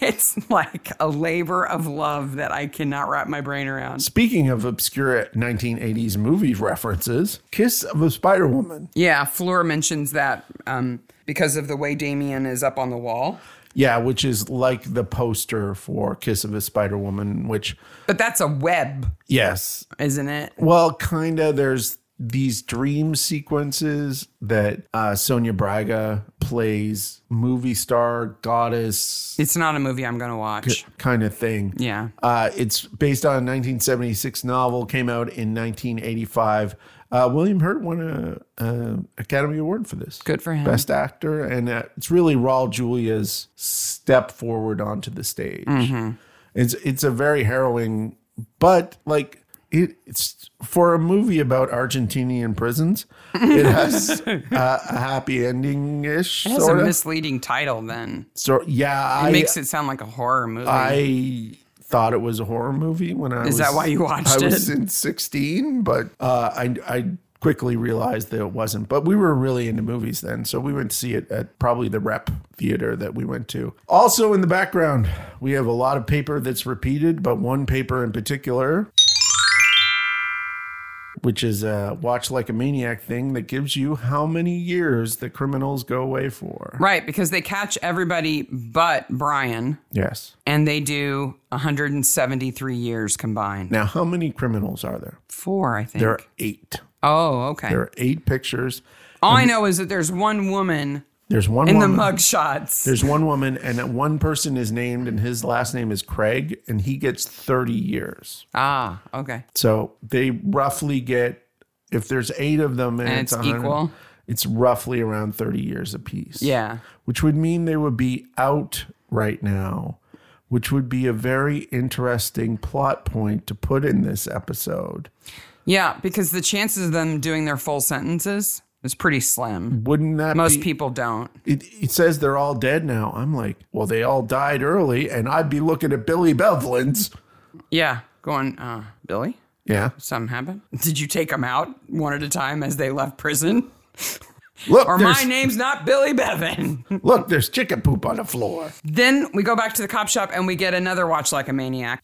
Speaker 1: It's like a labor of love that I cannot wrap my brain around.
Speaker 2: Speaking of obscure 1980s movie references, Kiss of a Spider Woman.
Speaker 1: Yeah, Fleur mentions that um, because of the way Damien is up on the wall,
Speaker 2: Yeah, which is like the poster for Kiss of a Spider Woman, which,
Speaker 1: but that's a web,
Speaker 2: yes,
Speaker 1: isn't it?
Speaker 2: Well, kind of. There's these dream sequences that uh, Sonia Braga plays movie star, goddess
Speaker 1: It's not a movie I'm going to watch.
Speaker 2: kind of thing.
Speaker 1: Yeah.
Speaker 2: Uh, it's based on a 1976 novel, came out in 1985. Uh, William Hurt won an Academy Award for this.
Speaker 1: Good for him.
Speaker 2: Best actor. And uh, it's really Raul Julia's step forward onto the stage.
Speaker 1: Mm-hmm.
Speaker 2: It's, it's a very harrowing, but like, it, it's for a movie about Argentinian prisons. It has uh, a happy ending ish.
Speaker 1: It has
Speaker 2: sort
Speaker 1: a
Speaker 2: of.
Speaker 1: misleading title then.
Speaker 2: so, yeah,
Speaker 1: It
Speaker 2: I,
Speaker 1: makes it sound like a horror movie.
Speaker 2: I thought it was a horror movie when I
Speaker 1: Is
Speaker 2: was,
Speaker 1: that why you watched it?
Speaker 2: I was in sixteen, but uh, I I quickly realized that it wasn't. But we were really into movies then, so we went to see it at probably the Rep Theater that we went to. Also in the background, we have a lot of paper that's repeated, but one paper in particular. Which is a watch like a maniac thing that gives you how many years the criminals go away for.
Speaker 1: right, because they catch everybody but Brian
Speaker 2: Yes.
Speaker 1: and they do 173 years combined.
Speaker 2: Now, how many criminals are there?
Speaker 1: Four, I think.
Speaker 2: There are eight.
Speaker 1: oh, okay.
Speaker 2: There are eight pictures.
Speaker 1: All I know is that there's one woman
Speaker 2: There's one
Speaker 1: in the
Speaker 2: um woman.
Speaker 1: mugshots.
Speaker 2: There's one woman, and that one person is named, and his last name is Craig, and he gets 30 years.
Speaker 1: Ah, okay.
Speaker 2: So they roughly get, if there's eight of them, and,
Speaker 1: And
Speaker 2: it's,
Speaker 1: it's
Speaker 2: 100,
Speaker 1: equal?
Speaker 2: It's roughly around 30 years apiece.
Speaker 1: Yeah.
Speaker 2: Which would mean they would be out right now, which would be a very interesting plot point to put in this episode.
Speaker 1: Yeah, because the chances of them doing their full sentences is pretty slim.
Speaker 2: Wouldn't that
Speaker 1: Most
Speaker 2: Mm-hmm. be,
Speaker 1: people don't.
Speaker 2: it, it says they're all dead now. I'm like, well, they all died early, and I'd be looking at Billy Bevlin's.
Speaker 1: Yeah, going, uh, Billy,
Speaker 2: Yeah.
Speaker 1: something happened? Did you take them out one at a time as they left prison?
Speaker 2: Look,
Speaker 1: Or
Speaker 2: there's,
Speaker 1: my name's not Billy Bevan.
Speaker 2: look, there's chicken poop on the floor.
Speaker 1: Then we go back to the cop shop and we get another watch like a maniac.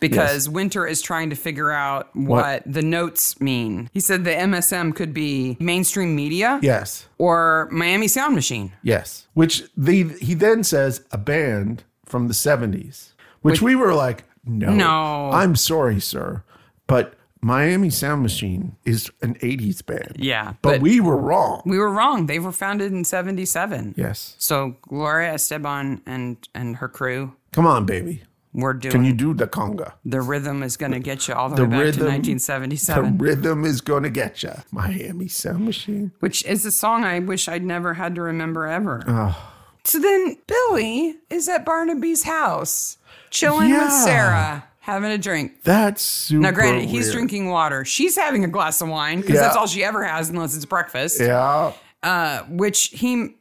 Speaker 1: Because Winter is trying to figure out what, the notes mean. He said the MSM could be mainstream media
Speaker 2: Yes.
Speaker 1: or Miami Sound Machine.
Speaker 2: Yes. Which the he then says a band from the 70s, which we were like, no.
Speaker 1: No.
Speaker 2: I'm sorry, sir, but Miami Sound Machine is an 80s band.
Speaker 1: Yeah,
Speaker 2: But,
Speaker 1: but-
Speaker 2: we were wrong.
Speaker 1: We were wrong. They were founded in 77.
Speaker 2: yes.
Speaker 1: So Gloria Esteban and, and her crew
Speaker 2: Come on, baby.
Speaker 1: were doing
Speaker 2: Can you do the conga?
Speaker 1: the rhythm is going to get you all the, way back
Speaker 2: rhythm-
Speaker 1: to
Speaker 2: The
Speaker 1: 1977,
Speaker 2: rhythm is going to get ya, Miami Sound Machine.
Speaker 1: which is a song I wish I'd never had to remember ever. So then Billy is at Barnaby's house, chilling
Speaker 2: Yeah.
Speaker 1: with Sarah, having a drink.
Speaker 2: That's super.
Speaker 1: Now, granted, he's
Speaker 2: weird.
Speaker 1: drinking water. She's having a glass of wine because
Speaker 2: Yeah.
Speaker 1: that's all she ever has unless it's breakfast.
Speaker 2: Yeah.
Speaker 1: Uh, which he,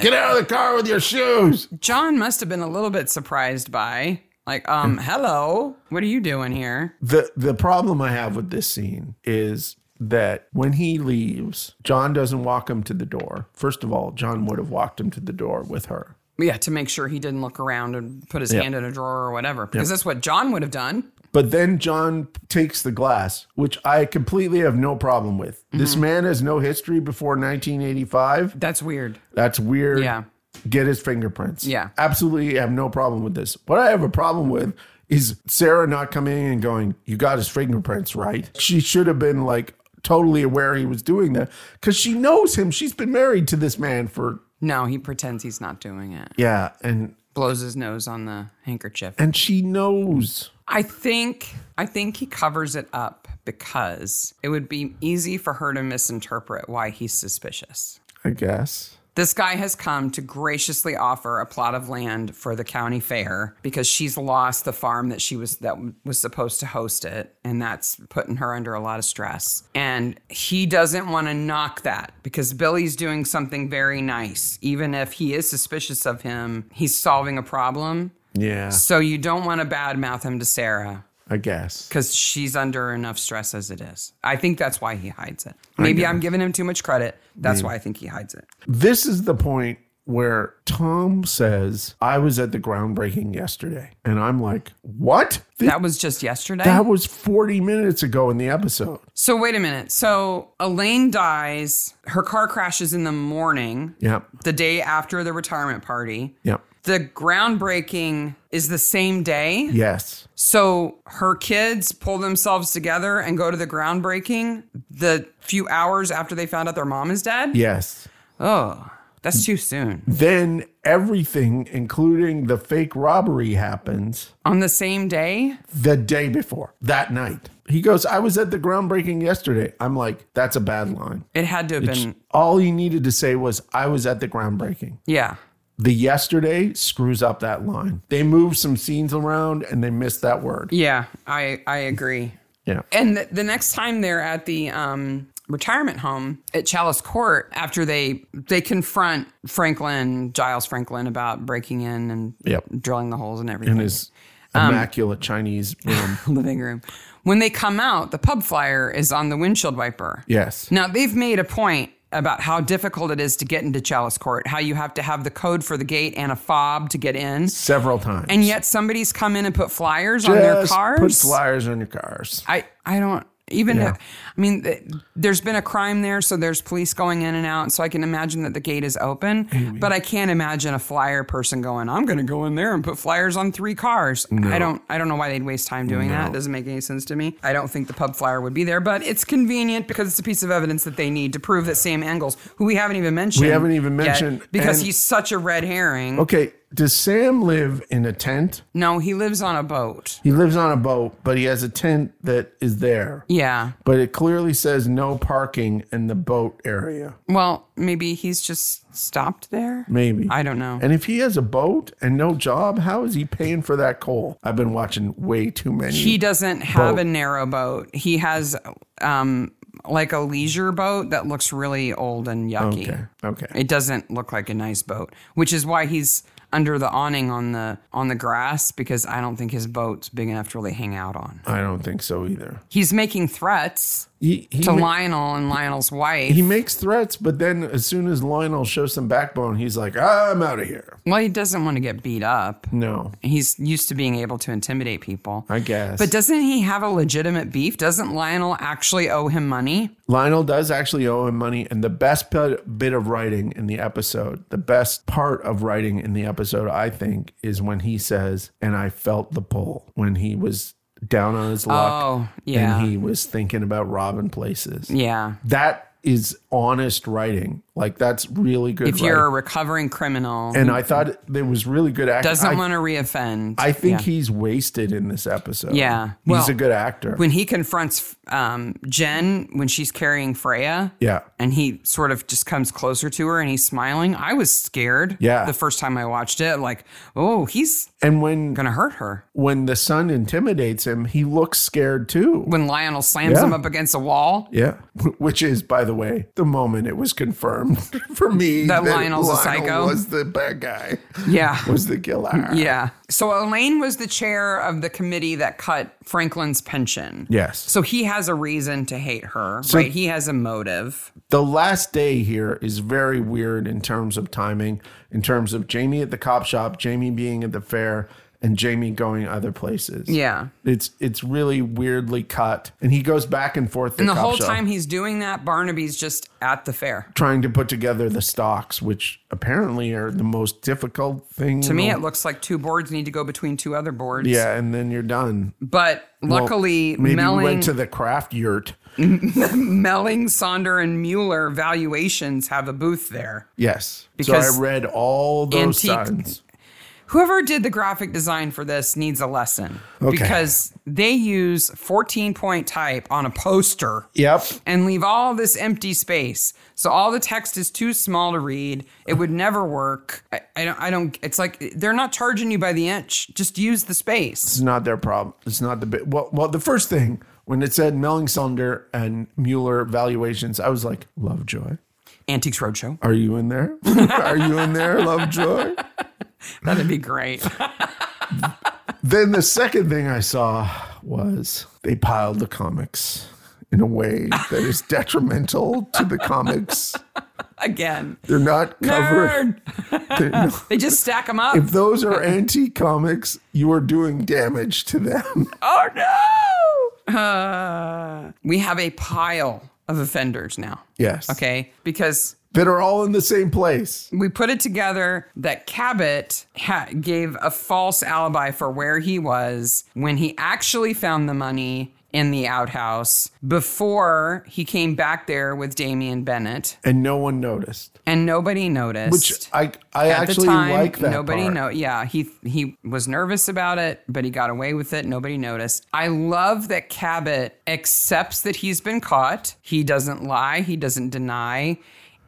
Speaker 2: Get out of the car with your shoes.
Speaker 1: John must have been a little bit surprised by. Like, um, hello, what are you doing here?
Speaker 2: The the problem I have with this scene is that when he leaves, John doesn't walk him to the door. First of all, John would have walked him to the door with her.
Speaker 1: Yeah, to make sure he didn't look around and put his hand in a drawer or whatever, because that's what John would have done.
Speaker 2: But then John takes the glass, which I completely have no problem with.
Speaker 1: Mm-hmm.
Speaker 2: This man has no history before 1985.
Speaker 1: That's weird.
Speaker 2: That's weird.
Speaker 1: Yeah.
Speaker 2: Get his fingerprints.
Speaker 1: Yeah.
Speaker 2: Absolutely have no problem with this. What I have a problem with is Sarah not coming in and going, You got his fingerprints, right? She should have been like totally aware he was doing that because she knows him. She's been married to this man for,
Speaker 1: No, he pretends he's not doing it.
Speaker 2: yeah. And,
Speaker 1: Blows his nose on the handkerchief.
Speaker 2: and she knows.
Speaker 1: I think I think he covers it up because it would be easy for her to misinterpret why he's suspicious.
Speaker 2: I guess.
Speaker 1: This guy has come to graciously offer a plot of land for the county fair because she's lost the farm that she was that was supposed to host it and that's putting her under a lot of stress. And he doesn't want to knock that because Billy's doing something very nice. Even if he is suspicious of him, he's solving a problem.
Speaker 2: Yeah.
Speaker 1: So you don't want to badmouth him to Sarah
Speaker 2: I guess.
Speaker 1: because she's under enough stress as it is. I think that's why he hides it. Maybe I'm giving him too much credit. That's why I think he hides it.
Speaker 2: This is the point where Tom says, I was at the groundbreaking yesterday. And I'm like, what? Th-
Speaker 1: That was just yesterday.
Speaker 2: that was 40 minutes ago in the episode.
Speaker 1: so wait a minute. So Elaine dies. Her car crashes in the morning,
Speaker 2: Yep.
Speaker 1: the day after the retirement party.
Speaker 2: Yep.
Speaker 1: The groundbreaking is the same day.
Speaker 2: Yes.
Speaker 1: So her kids pull themselves together and go to the groundbreaking the few hours after they found out their mom is dead.
Speaker 2: Yes.
Speaker 1: Oh, that's too soon.
Speaker 2: Then everything, including the fake robbery, happens
Speaker 1: On the same day?
Speaker 2: the day before, that night. He goes, I was at the groundbreaking yesterday. I'm like, that's a bad line.
Speaker 1: It had to have been.
Speaker 2: All he needed to say was, I was at the groundbreaking.
Speaker 1: Yeah.
Speaker 2: The yesterday screws up that line. They move some scenes around and they miss that word.
Speaker 1: Yeah, I I agree.
Speaker 2: Yeah.
Speaker 1: And the, the next time they're at the um, retirement home at Chalice Court, after they they confront Franklin Giles Franklin about breaking in and
Speaker 2: Yep.
Speaker 1: drilling the holes and everything
Speaker 2: In his
Speaker 1: Um,
Speaker 2: immaculate Chinese room.
Speaker 1: living room. When they come out, the pub flyer is on the windshield wiper.
Speaker 2: Yes.
Speaker 1: Now they've made a point about how difficult it is to get into Chalice Court, how you have to have the code for the gate and a fob to get in.
Speaker 2: Several times.
Speaker 1: And yet somebody's come in and put flyers on their
Speaker 2: Just
Speaker 1: cars.
Speaker 2: Put flyers on your cars.
Speaker 1: I I don't even.
Speaker 2: Yeah.
Speaker 1: if- I mean, th- there's been a crime there, so there's police going in and out. So I can imagine that the gate is open, but I can't imagine a flyer person going. I'm going to go in there and put flyers on three cars. I don't. I don't know why they'd waste time doing that. It doesn't make any sense to me. I don't think the pub flyer would be there, but it's convenient because it's a piece of evidence that they need to prove that Sam Engels, who we haven't even mentioned,
Speaker 2: haven't even
Speaker 1: yet,
Speaker 2: mentioned,
Speaker 1: because
Speaker 2: and-
Speaker 1: he's such a red herring.
Speaker 2: Okay. Does Sam live in a tent?
Speaker 1: No, he lives on a boat.
Speaker 2: He lives on a boat, but he has a tent that is there.
Speaker 1: Yeah.
Speaker 2: But it clearly says no parking in the boat area.
Speaker 1: Well, maybe he's just stopped there.
Speaker 2: Maybe.
Speaker 1: I don't know.
Speaker 2: And if he has a boat and no job, how is he paying for that coal? I've been watching way too many.
Speaker 1: He doesn't have a
Speaker 2: Boat.
Speaker 1: narrow boat. He has um like a leisure boat that looks really old and yucky.
Speaker 2: okay. Okay.
Speaker 1: It doesn't look like a nice boat, which is why he's under the awning on the on the grass because I don't think his boat's big enough to really hang out on.
Speaker 2: I don't think so either.
Speaker 1: He's making threats
Speaker 2: He he,
Speaker 1: to
Speaker 2: ma-
Speaker 1: Lionel and Lionel's wife.
Speaker 2: he makes threats, but then as soon as Lionel shows some backbone, he's like, "I'm out of here."
Speaker 1: well, he doesn't want to get beat up.
Speaker 2: No,
Speaker 1: He's used to being able to intimidate people.
Speaker 2: I guess.
Speaker 1: But doesn't he have a legitimate beef? Doesn't Lionel actually owe him money?
Speaker 2: Lionel does actually owe him money, and the best bit bit of writing in the episode, the best part of writing in the episode, I think, is when he says, "And I felt the pull when he was down on his luck."
Speaker 1: Oh, yeah.
Speaker 2: And he was thinking about robbing places.
Speaker 1: Yeah.
Speaker 2: That is honest writing. Like that's really good.
Speaker 1: if
Speaker 2: writing.
Speaker 1: you're a recovering criminal
Speaker 2: and I thought it was really good acting.
Speaker 1: doesn't
Speaker 2: I,
Speaker 1: want to reoffend
Speaker 2: I think
Speaker 1: Yeah.
Speaker 2: he's wasted in this episode.
Speaker 1: Yeah.
Speaker 2: he's
Speaker 1: Well,
Speaker 2: a good actor.
Speaker 1: when he confronts um, jen when she's carrying freya
Speaker 2: yeah,
Speaker 1: and he sort of just comes closer to her and he's smiling i was scared
Speaker 2: Yeah.
Speaker 1: the first time i watched it like oh he's
Speaker 2: and when
Speaker 1: gonna hurt her
Speaker 2: when the son intimidates him, he looks scared too.
Speaker 1: when lionel slams
Speaker 2: Yeah.
Speaker 1: him up against a wall
Speaker 2: Yeah, Wh- which is, by the way, the moment it was confirmed for me
Speaker 1: That Lionel's a psycho?
Speaker 2: was the bad guy,
Speaker 1: yeah
Speaker 2: was the killer.
Speaker 1: yeah so elaine was the chair of the committee that cut franklin's pension
Speaker 2: Yes.
Speaker 1: so he has a reason to hate her right he has a motive
Speaker 2: The last day here is very weird in terms of timing, in terms of Jamie at the cop shop, Jamie being at the fair, and Jamie going other places.
Speaker 1: yeah
Speaker 2: It's it's really weirdly cut, and he goes back and forth.
Speaker 1: And the
Speaker 2: cop
Speaker 1: whole
Speaker 2: shop,
Speaker 1: time he's doing that, Barnaby's just at the fair.
Speaker 2: trying to put together the stocks, which apparently are the most difficult thing
Speaker 1: To me, it looks like two boards need to go between two other boards.
Speaker 2: Yeah, and then you're done.
Speaker 1: But luckily,
Speaker 2: Maybe you
Speaker 1: Melling,
Speaker 2: went to the craft yurt.
Speaker 1: Melling, Sonder, and Mueller valuations have a booth there.
Speaker 2: Yes.
Speaker 1: Because
Speaker 2: so I read all those
Speaker 1: antique-
Speaker 2: signs.
Speaker 1: whoever did the graphic design for this needs a lesson
Speaker 2: Okay.
Speaker 1: because they use 14 point type on a poster
Speaker 2: Yep.
Speaker 1: and leave all this empty space. So all the text is too small to read. It would never work. I, I don't. I don't. It's like they're not charging you by the inch. Just use the space.
Speaker 2: It's not their problem. It's not the bit. Well, well, the first thing when it said Mellingsunder and Mueller valuations, I was like, Lovejoy,
Speaker 1: Antiques Roadshow.
Speaker 2: are you in there? are you in there, Lovejoy?
Speaker 1: That'd be great.
Speaker 2: Then the second thing I saw was they piled the comics in a way that is detrimental to the comics.
Speaker 1: Again,
Speaker 2: They're not covered.
Speaker 1: nerd.
Speaker 2: They're not-
Speaker 1: They just stack them up.
Speaker 2: If those are anti comics, you are doing damage to them.
Speaker 1: Oh no! Uh, we have a pile of offenders now.
Speaker 2: Yes.
Speaker 1: Okay, because
Speaker 2: That are all in the same place.
Speaker 1: we put it together that Cabot ha- gave a false alibi for where he was when he actually found the money in the outhouse before he came back there with Damian Bennett,
Speaker 2: And no one noticed.
Speaker 1: and nobody noticed.
Speaker 2: Which I I
Speaker 1: At
Speaker 2: actually
Speaker 1: the time,
Speaker 2: like that.
Speaker 1: nobody
Speaker 2: part.
Speaker 1: know. Yeah, he he was nervous about it, but he got away with it. Nobody noticed. I love that Cabot accepts that he's been caught. He doesn't lie. He doesn't deny,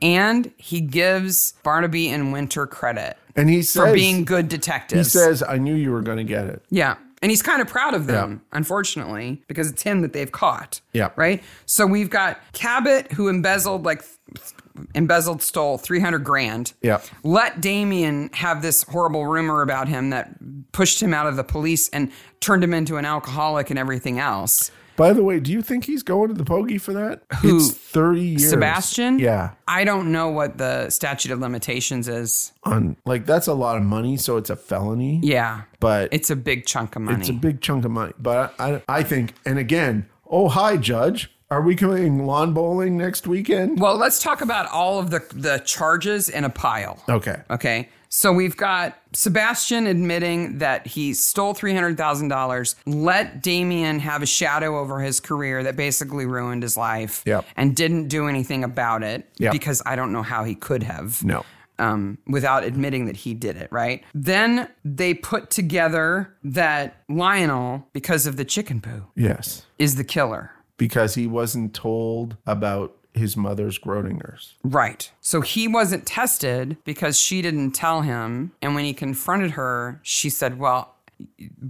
Speaker 1: and he gives Barnaby and Winter credit
Speaker 2: And he
Speaker 1: for
Speaker 2: says
Speaker 1: being good
Speaker 2: he
Speaker 1: detectives.
Speaker 2: says, I knew you were gonna get it.
Speaker 1: Yeah. And he's kind of proud of them, unfortunately, because it's him that they've caught.
Speaker 2: Yeah.
Speaker 1: Right. So we've got Cabot who embezzled like th- embezzled stole 300 grand.
Speaker 2: Yeah.
Speaker 1: Let Damien have this horrible rumor about him that pushed him out of the police and turned him into an alcoholic and everything else.
Speaker 2: By the way, do you think he's going to the pokey for that?
Speaker 1: Who?
Speaker 2: It's thirty years.
Speaker 1: Sebastian?
Speaker 2: Yeah.
Speaker 1: I don't know what the statute of limitations is.
Speaker 2: On like that's a lot of money, so it's a felony.
Speaker 1: Yeah.
Speaker 2: But
Speaker 1: It's a big chunk of money.
Speaker 2: It's a big chunk of money. But I, I think, and again, oh, hi, Judge. Are we going lawn bowling next weekend?
Speaker 1: well, let's talk about all of the, the charges in a pile.
Speaker 2: Okay.
Speaker 1: Okay. So we've got Sebastian admitting that he stole $300,000, let Damien have a shadow over his career that basically ruined his life
Speaker 2: Yep.
Speaker 1: and didn't do anything about it
Speaker 2: Yep.
Speaker 1: because I don't know how he could have
Speaker 2: No.
Speaker 1: um, without admitting that he did it, right? Then they put together that Lionel, because of the chicken poo,
Speaker 2: Yes.
Speaker 1: is the killer.
Speaker 2: Because he wasn't told about his mother's Grodingers.
Speaker 1: Right. So he wasn't tested because she didn't tell him. And when he confronted her, she said, Well,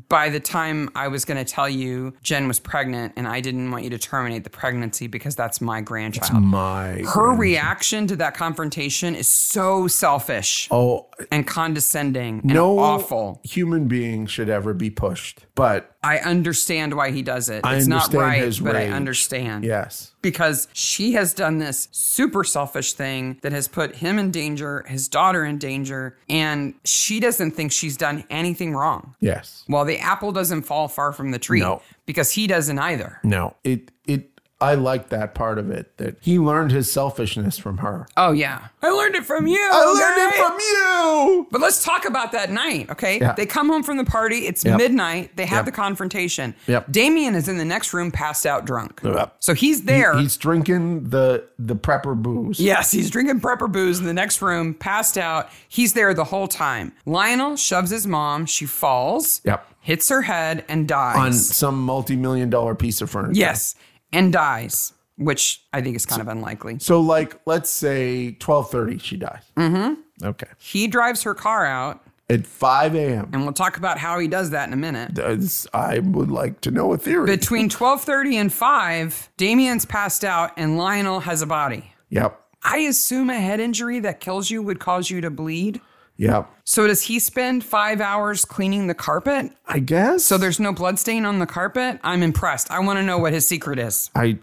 Speaker 1: by the time I was going to tell you, Jen was pregnant, and I didn't want you to terminate the pregnancy because that's my grandchild.
Speaker 2: My.
Speaker 1: Mm. her reaction to that confrontation is so selfish
Speaker 2: oh,
Speaker 1: and condescending and
Speaker 2: no
Speaker 1: awful.
Speaker 2: human being should ever be pushed. But
Speaker 1: I understand why he does it.
Speaker 2: I
Speaker 1: it's not
Speaker 2: understand
Speaker 1: right,
Speaker 2: his
Speaker 1: but
Speaker 2: rage.
Speaker 1: I understand.
Speaker 2: yes.
Speaker 1: because she has done this super selfish thing that has put him in danger, his daughter in danger, and she doesn't think she's done anything wrong.
Speaker 2: Yes.
Speaker 1: Well, the apple doesn't fall far from the tree
Speaker 2: No.
Speaker 1: because he doesn't either.
Speaker 2: No. It, it, I like that part of it that he learned his selfishness from her.
Speaker 1: Oh, yeah. I learned it from you.
Speaker 2: I learned it from you.
Speaker 1: But let's talk about that night, okay?
Speaker 2: Yeah.
Speaker 1: They come home from the party. It's
Speaker 2: Yep.
Speaker 1: midnight. They have
Speaker 2: Yep.
Speaker 1: the confrontation.
Speaker 2: Yep.
Speaker 1: Damien is in the next room, passed out drunk.
Speaker 2: Yep.
Speaker 1: So he's there.
Speaker 2: He's drinking the the prepper booze.
Speaker 1: Yes, he's drinking prepper booze in the next room, passed out. He's there the whole time. Lionel shoves his mom. She falls,
Speaker 2: Yep.
Speaker 1: hits her head, and
Speaker 2: on
Speaker 1: dies.
Speaker 2: some multi-million dollar piece of furniture.
Speaker 1: yes, and dies, which I think is kind of unlikely.
Speaker 2: So like let's say 12:30 she dies. Mm-hmm. Okay.
Speaker 1: He drives her car out,
Speaker 2: At 5 a.m.
Speaker 1: and we'll talk about how he does that in a minute.
Speaker 2: That's- I would like to know a theory.
Speaker 1: Between 12:30 and 5, Damien's passed out and Lionel has a body.
Speaker 2: yep.
Speaker 1: I assume a head injury that kills you would cause you to bleed.
Speaker 2: Yep.
Speaker 1: So does he spend 5 hours cleaning the carpet?
Speaker 2: I guess.
Speaker 1: So there's no blood stain on the carpet. I'm impressed. I want to know what his secret is
Speaker 2: I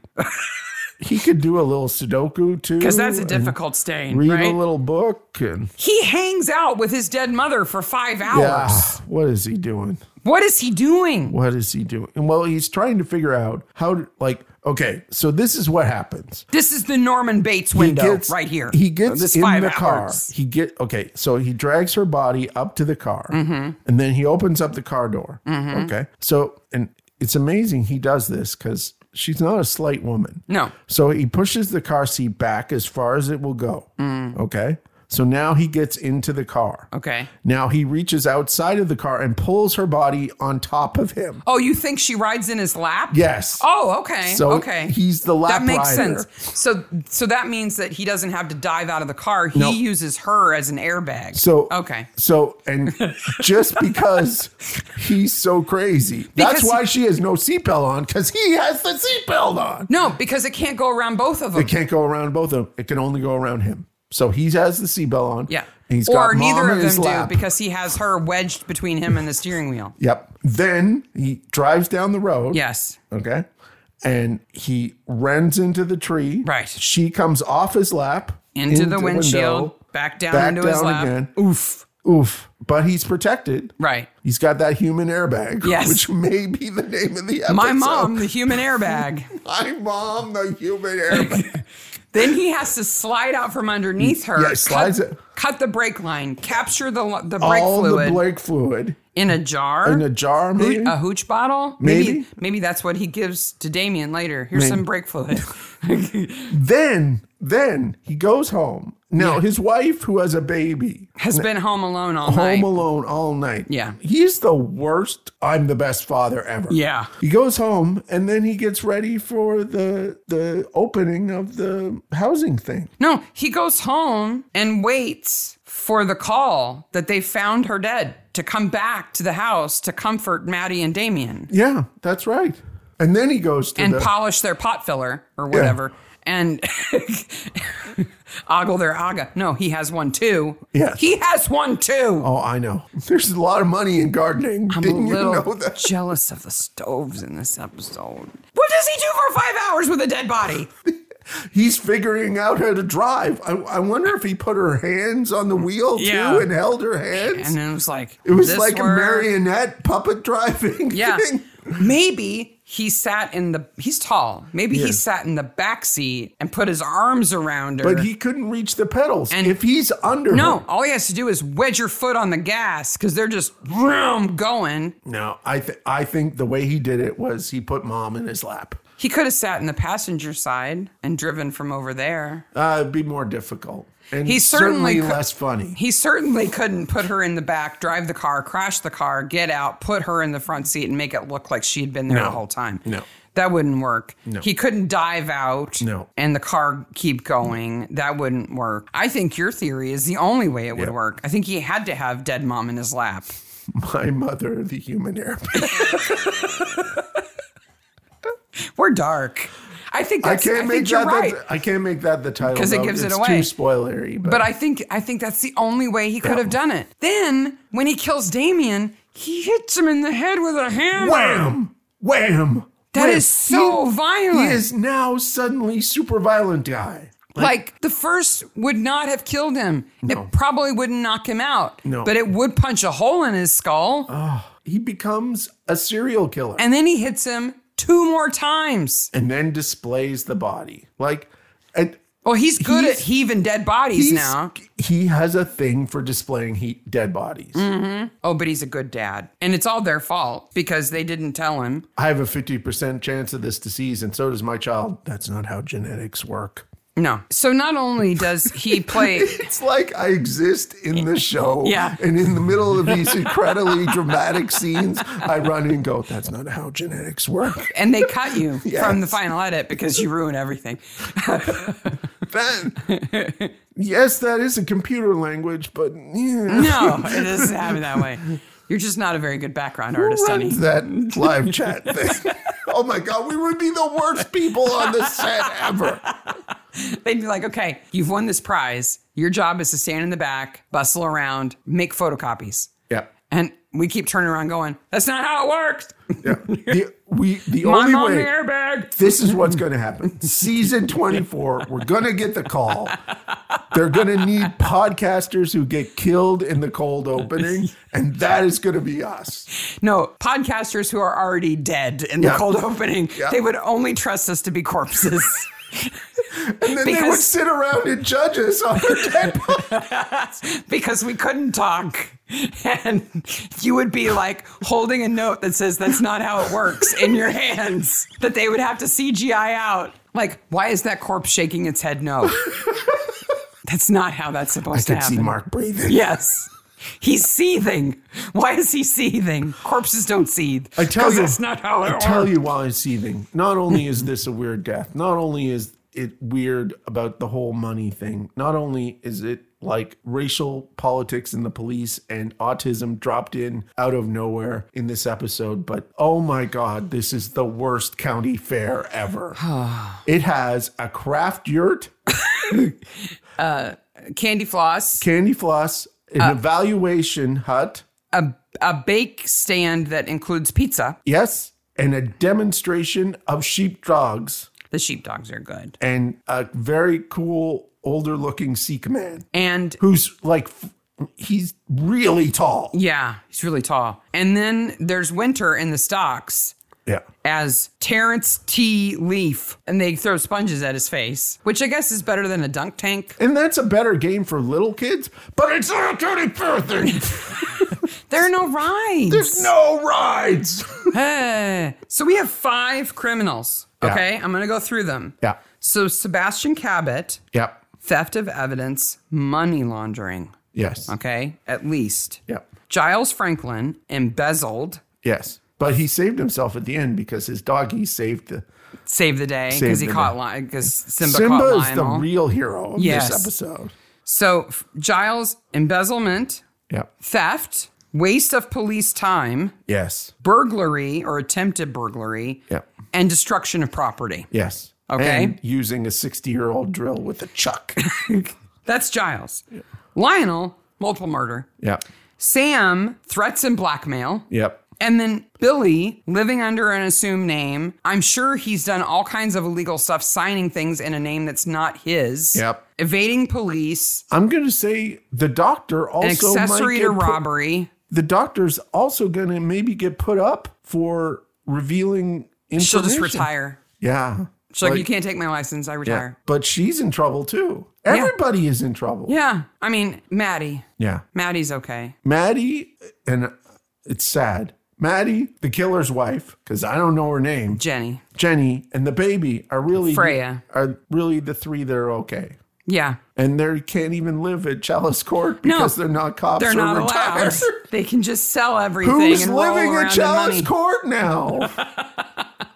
Speaker 2: he could do a little Sudoku too.
Speaker 1: because that's a
Speaker 2: and
Speaker 1: difficult stain,
Speaker 2: Read
Speaker 1: right?
Speaker 2: a little book and
Speaker 1: he hangs out with his dead mother for five hours.
Speaker 2: yeah. What is he doing?
Speaker 1: What is he doing?
Speaker 2: What is he doing? And well, he's trying to figure out how to like okay, so this is what happens.
Speaker 1: This is the Norman Bates window right here.
Speaker 2: He gets
Speaker 1: this
Speaker 2: in
Speaker 1: five
Speaker 2: the
Speaker 1: hours.
Speaker 2: car. He get okay. So he drags her body up to the car,
Speaker 1: Mm-hmm.
Speaker 2: and then he opens up the car door. Okay. So and it's amazing he does this because she's not a slight woman.
Speaker 1: No.
Speaker 2: So he pushes the car seat back as far as it will go. Okay. So now he gets into the car.
Speaker 1: Mm. Okay.
Speaker 2: Now he reaches outside of the car and pulls her body on top of him.
Speaker 1: Oh, you think she rides in his lap?
Speaker 2: Yes.
Speaker 1: Oh, okay.
Speaker 2: So
Speaker 1: okay.
Speaker 2: he's the lap
Speaker 1: That makes
Speaker 2: rider.
Speaker 1: sense. So so that means that he doesn't have to dive out of the car. He
Speaker 2: Nope.
Speaker 1: uses her as an airbag.
Speaker 2: So
Speaker 1: okay.
Speaker 2: So and just because he's so crazy, that's
Speaker 1: Because-
Speaker 2: why she has no seatbelt on because he has the seatbelt on.
Speaker 1: No, because it can't go around both of them.
Speaker 2: It can't go around both of them. It can only go around him. So he has the seatbelt on.
Speaker 1: Yeah.
Speaker 2: And he's
Speaker 1: or
Speaker 2: got mom
Speaker 1: neither
Speaker 2: in
Speaker 1: of them
Speaker 2: his
Speaker 1: do
Speaker 2: lap.
Speaker 1: because he has her wedged between him and the steering wheel.
Speaker 2: Yep. Then he drives down the road.
Speaker 1: Yes.
Speaker 2: Okay. And he runs into the tree.
Speaker 1: Right.
Speaker 2: She comes off his lap
Speaker 1: Into, the
Speaker 2: window,
Speaker 1: windshield, back down
Speaker 2: back
Speaker 1: into
Speaker 2: down
Speaker 1: his lap.
Speaker 2: again.
Speaker 1: Oof.
Speaker 2: Oof. But he's protected.
Speaker 1: Right.
Speaker 2: He's got that human airbag,
Speaker 1: Yes.
Speaker 2: which may be the name of the episode.
Speaker 1: My mom, the human airbag.
Speaker 2: My mom, the human airbag.
Speaker 1: Then he has to slide out from underneath her.
Speaker 2: Yeah, he slides
Speaker 1: cut,
Speaker 2: it.
Speaker 1: cut the brake line, capture the lo- the brake
Speaker 2: All
Speaker 1: fluid uh,
Speaker 2: the brake fluid
Speaker 1: in a jar,
Speaker 2: in a jar,
Speaker 1: Hoo-
Speaker 2: maybe?
Speaker 1: a hooch bottle.
Speaker 2: Maybe.
Speaker 1: maybe maybe that's what he gives to Damien later. Here's
Speaker 2: Maybe.
Speaker 1: some brake fluid.
Speaker 2: Then, then he goes home. Now, his wife, who has a baby,
Speaker 1: Has been home alone all
Speaker 2: home
Speaker 1: night.
Speaker 2: alone all night.
Speaker 1: Yeah.
Speaker 2: He's the worst. I'm the best father ever.
Speaker 1: Yeah.
Speaker 2: He goes home and then he gets ready for the the opening of the housing thing.
Speaker 1: No, he goes home and waits for the call that they found her dead to come back to the house to comfort Maddie and Damien
Speaker 2: Yeah, that's right. And then he goes to
Speaker 1: and
Speaker 2: the
Speaker 1: polish their pot filler or whatever and ogle their aga. No, he has one too.
Speaker 2: Yes.
Speaker 1: He has one too.
Speaker 2: Oh, I know. There's a lot of money in gardening.
Speaker 1: I'm
Speaker 2: Didn't
Speaker 1: a little
Speaker 2: you know that?
Speaker 1: jealous of the stoves in this episode. What does he do for five hours with a dead body?
Speaker 2: He's figuring out how to drive. I, I wonder if he put her hands on the wheel
Speaker 1: Yeah.
Speaker 2: too and held her hands.
Speaker 1: And it was like
Speaker 2: it was
Speaker 1: this
Speaker 2: like a
Speaker 1: were-
Speaker 2: marionette puppet driving
Speaker 1: Yeah.
Speaker 2: thing.
Speaker 1: Maybe he sat in the he's tall. Maybe
Speaker 2: Yeah.
Speaker 1: he sat in the back seat and put his arms around her.
Speaker 2: But he couldn't reach the pedals.
Speaker 1: And-
Speaker 2: if he's under
Speaker 1: no,
Speaker 2: her-
Speaker 1: all he has to do is wedge your foot on the gas because they're just vroom, going.
Speaker 2: no, I th- I think the way he did it was he put mom in his lap.
Speaker 1: He could have sat in the passenger side and driven from over there.
Speaker 2: Uh, it'd be more difficult. And
Speaker 1: He certainly cou-
Speaker 2: less funny.
Speaker 1: He certainly couldn't put her in the back, drive the car, crash the car, get out, put her in the front seat, and make it look like she'd been there
Speaker 2: No.
Speaker 1: the whole time.
Speaker 2: No.
Speaker 1: That wouldn't work.
Speaker 2: No.
Speaker 1: He couldn't dive out
Speaker 2: No.
Speaker 1: and the car keep going. That wouldn't work. I think your theory is the only way it would
Speaker 2: Yeah.
Speaker 1: work. I think he had to have dead mom in his lap.
Speaker 2: My mother, the human airbag.
Speaker 1: We're dark. I think
Speaker 2: I
Speaker 1: that's, I
Speaker 2: can't make
Speaker 1: think you're
Speaker 2: that.
Speaker 1: right.
Speaker 2: The, I can't make that the title
Speaker 1: 'Cause it
Speaker 2: though.
Speaker 1: gives it
Speaker 2: It's
Speaker 1: away.
Speaker 2: Too spoilery, but,
Speaker 1: But I think I think that's the only way he could have done it. Then when he kills Damien, he hits him in the head with a hammer.
Speaker 2: wham, wham.
Speaker 1: That is so
Speaker 2: He
Speaker 1: violent.
Speaker 2: is now suddenly super violent guy.
Speaker 1: Like the first would not have killed him. It probably wouldn't knock him out.
Speaker 2: No. Uh-huh.
Speaker 1: But it would punch a hole in his skull.
Speaker 2: He becomes a serial killer and,
Speaker 1: and then he hits him two more times.
Speaker 2: then displays the body. Like, and
Speaker 1: Well, he's good
Speaker 2: He's-
Speaker 1: at heaving dead bodies
Speaker 2: he's-
Speaker 1: now.
Speaker 2: he has a thing for displaying he, dead bodies.
Speaker 1: Oh, but he's a good dad. And it's all their fault because they didn't tell him.
Speaker 2: I have a fifty percent chance of this disease, and so does my child. That's not how genetics work.
Speaker 1: No. So not only does he play
Speaker 2: It's like I exist in the show.
Speaker 1: Yeah.
Speaker 2: And in the middle of these incredibly dramatic scenes, I run and go, that's not how genetics work.
Speaker 1: and they cut you from the
Speaker 2: Yes.
Speaker 1: final edit because you ruin everything.
Speaker 2: Then, yes, that is a computer language, but yeah.
Speaker 1: No, it doesn't happen that way. You're just not a very good background
Speaker 2: Who
Speaker 1: artist, honey.
Speaker 2: runs that live chat thing? Oh my God, we would be the worst people on the set ever.
Speaker 1: They'd be like, okay, you've won this prize. Your job is to stand in the back, bustle around, make photocopies.
Speaker 2: Yeah.
Speaker 1: And we keep turning around going, that's not how it worked.
Speaker 2: Yeah. The, we, the
Speaker 1: My
Speaker 2: only
Speaker 1: mom
Speaker 2: way.
Speaker 1: the airbag.
Speaker 2: this is what's going to happen. Season 24, we're going to get the call. They're going to need podcasters who get killed in the cold opening, and that is going to be us.
Speaker 1: No, podcasters who are already dead in
Speaker 2: Yeah.
Speaker 1: the cold opening,
Speaker 2: Yeah.
Speaker 1: they would only trust us to be corpses.
Speaker 2: And then they would
Speaker 1: Because-
Speaker 2: sit around and judge us on our dead body.
Speaker 1: because we couldn't talk. And you would be like holding a note that says, That's not how it works in your hands, that they would have to CGI out. Like, why is that corpse shaking its head no? That's not how that's supposed
Speaker 2: I
Speaker 1: to
Speaker 2: could
Speaker 1: happen.
Speaker 2: see Mark breathing.
Speaker 1: Yes. He's seething. Why is he seething? Corpses don't seethe.
Speaker 2: I tell
Speaker 1: 'Cause
Speaker 2: you-
Speaker 1: that's not how
Speaker 2: I
Speaker 1: they
Speaker 2: tell
Speaker 1: are.
Speaker 2: you while I'm seething, not only is this a weird death, not only is it weird about the whole money thing, not only is it like racial politics and the police and autism dropped in out of nowhere in this episode, but oh my God, this is the worst county fair ever. it has a craft yurt,
Speaker 1: Candy floss,
Speaker 2: candy floss, an
Speaker 1: Uh,
Speaker 2: evaluation hut.
Speaker 1: a, a bake stand that includes pizza.
Speaker 2: Yes. And a demonstration of sheepdogs.
Speaker 1: The sheepdogs are good.
Speaker 2: and a very cool older looking Sikh man
Speaker 1: And
Speaker 2: who's like f- he's really tall.
Speaker 1: yeah, he's really tall. And then there's winter in the stocks
Speaker 2: Yeah.
Speaker 1: as Terrence T. Leaf. And they throw sponges at his face, which I guess is better than a dunk tank.
Speaker 2: And that's a better game for little kids, but it's not a County Fair thing.
Speaker 1: There are no rides.
Speaker 2: There's no rides.
Speaker 1: Hey. Eh. So we have five criminals.
Speaker 2: Yeah.
Speaker 1: Okay, I'm going to go through them.
Speaker 2: Yeah.
Speaker 1: So Sebastian Cabot,
Speaker 2: Yeah.
Speaker 1: theft of evidence, money laundering.
Speaker 2: Yes.
Speaker 1: Okay, at least.
Speaker 2: Yeah.
Speaker 1: Giles Franklin embezzled,
Speaker 2: Yes. But he saved himself at the end because his doggy saved the
Speaker 1: save the day because
Speaker 2: Saved
Speaker 1: he
Speaker 2: the
Speaker 1: caught lion because Simba,
Speaker 2: Simba
Speaker 1: caught
Speaker 2: is the
Speaker 1: Lionel.
Speaker 2: real hero of
Speaker 1: Yes.
Speaker 2: this episode.
Speaker 1: so f- Giles embezzlement,
Speaker 2: Yeah.
Speaker 1: theft, waste of police time,
Speaker 2: Yes.
Speaker 1: burglary or attempted burglary,
Speaker 2: Yeah.
Speaker 1: and destruction of property.
Speaker 2: Yes.
Speaker 1: Okay.
Speaker 2: And using a 60-year-old drill with a chuck.
Speaker 1: That's Giles. Lionel multiple murder.
Speaker 2: yeah.
Speaker 1: Sam threats and blackmail.
Speaker 2: Yep.
Speaker 1: And then Billy, living under an assumed name, I'm sure he's done all kinds of illegal stuff, signing things in a name that's not his.
Speaker 2: Yep.
Speaker 1: Evading police,
Speaker 2: I'm going to say the doctor also
Speaker 1: an accessory to
Speaker 2: might get put-
Speaker 1: robbery,
Speaker 2: the doctor's also going to maybe get put up for revealing information.
Speaker 1: she'll just retire.
Speaker 2: Yeah.
Speaker 1: She's like, you can't take my license, I retire.
Speaker 2: But she's in trouble too. Everybody is in trouble.
Speaker 1: Yeah. I mean, Maddie.
Speaker 2: Yeah.
Speaker 1: Maddie's okay.
Speaker 2: Maddie, and uh, it's sad. Maddie, the killer's wife, because I don't know her name,
Speaker 1: Jenny.
Speaker 2: Jenny, and the baby are really
Speaker 1: Freya.
Speaker 2: are really the three that are okay.
Speaker 1: Yeah.
Speaker 2: And they can't even live at Chalice Court because they're not cops
Speaker 1: They're
Speaker 2: or
Speaker 1: not allowed.
Speaker 2: retired.
Speaker 1: They can just sell everything
Speaker 2: Who's
Speaker 1: and roll
Speaker 2: living
Speaker 1: around in
Speaker 2: at Chalice
Speaker 1: money.
Speaker 2: Court now?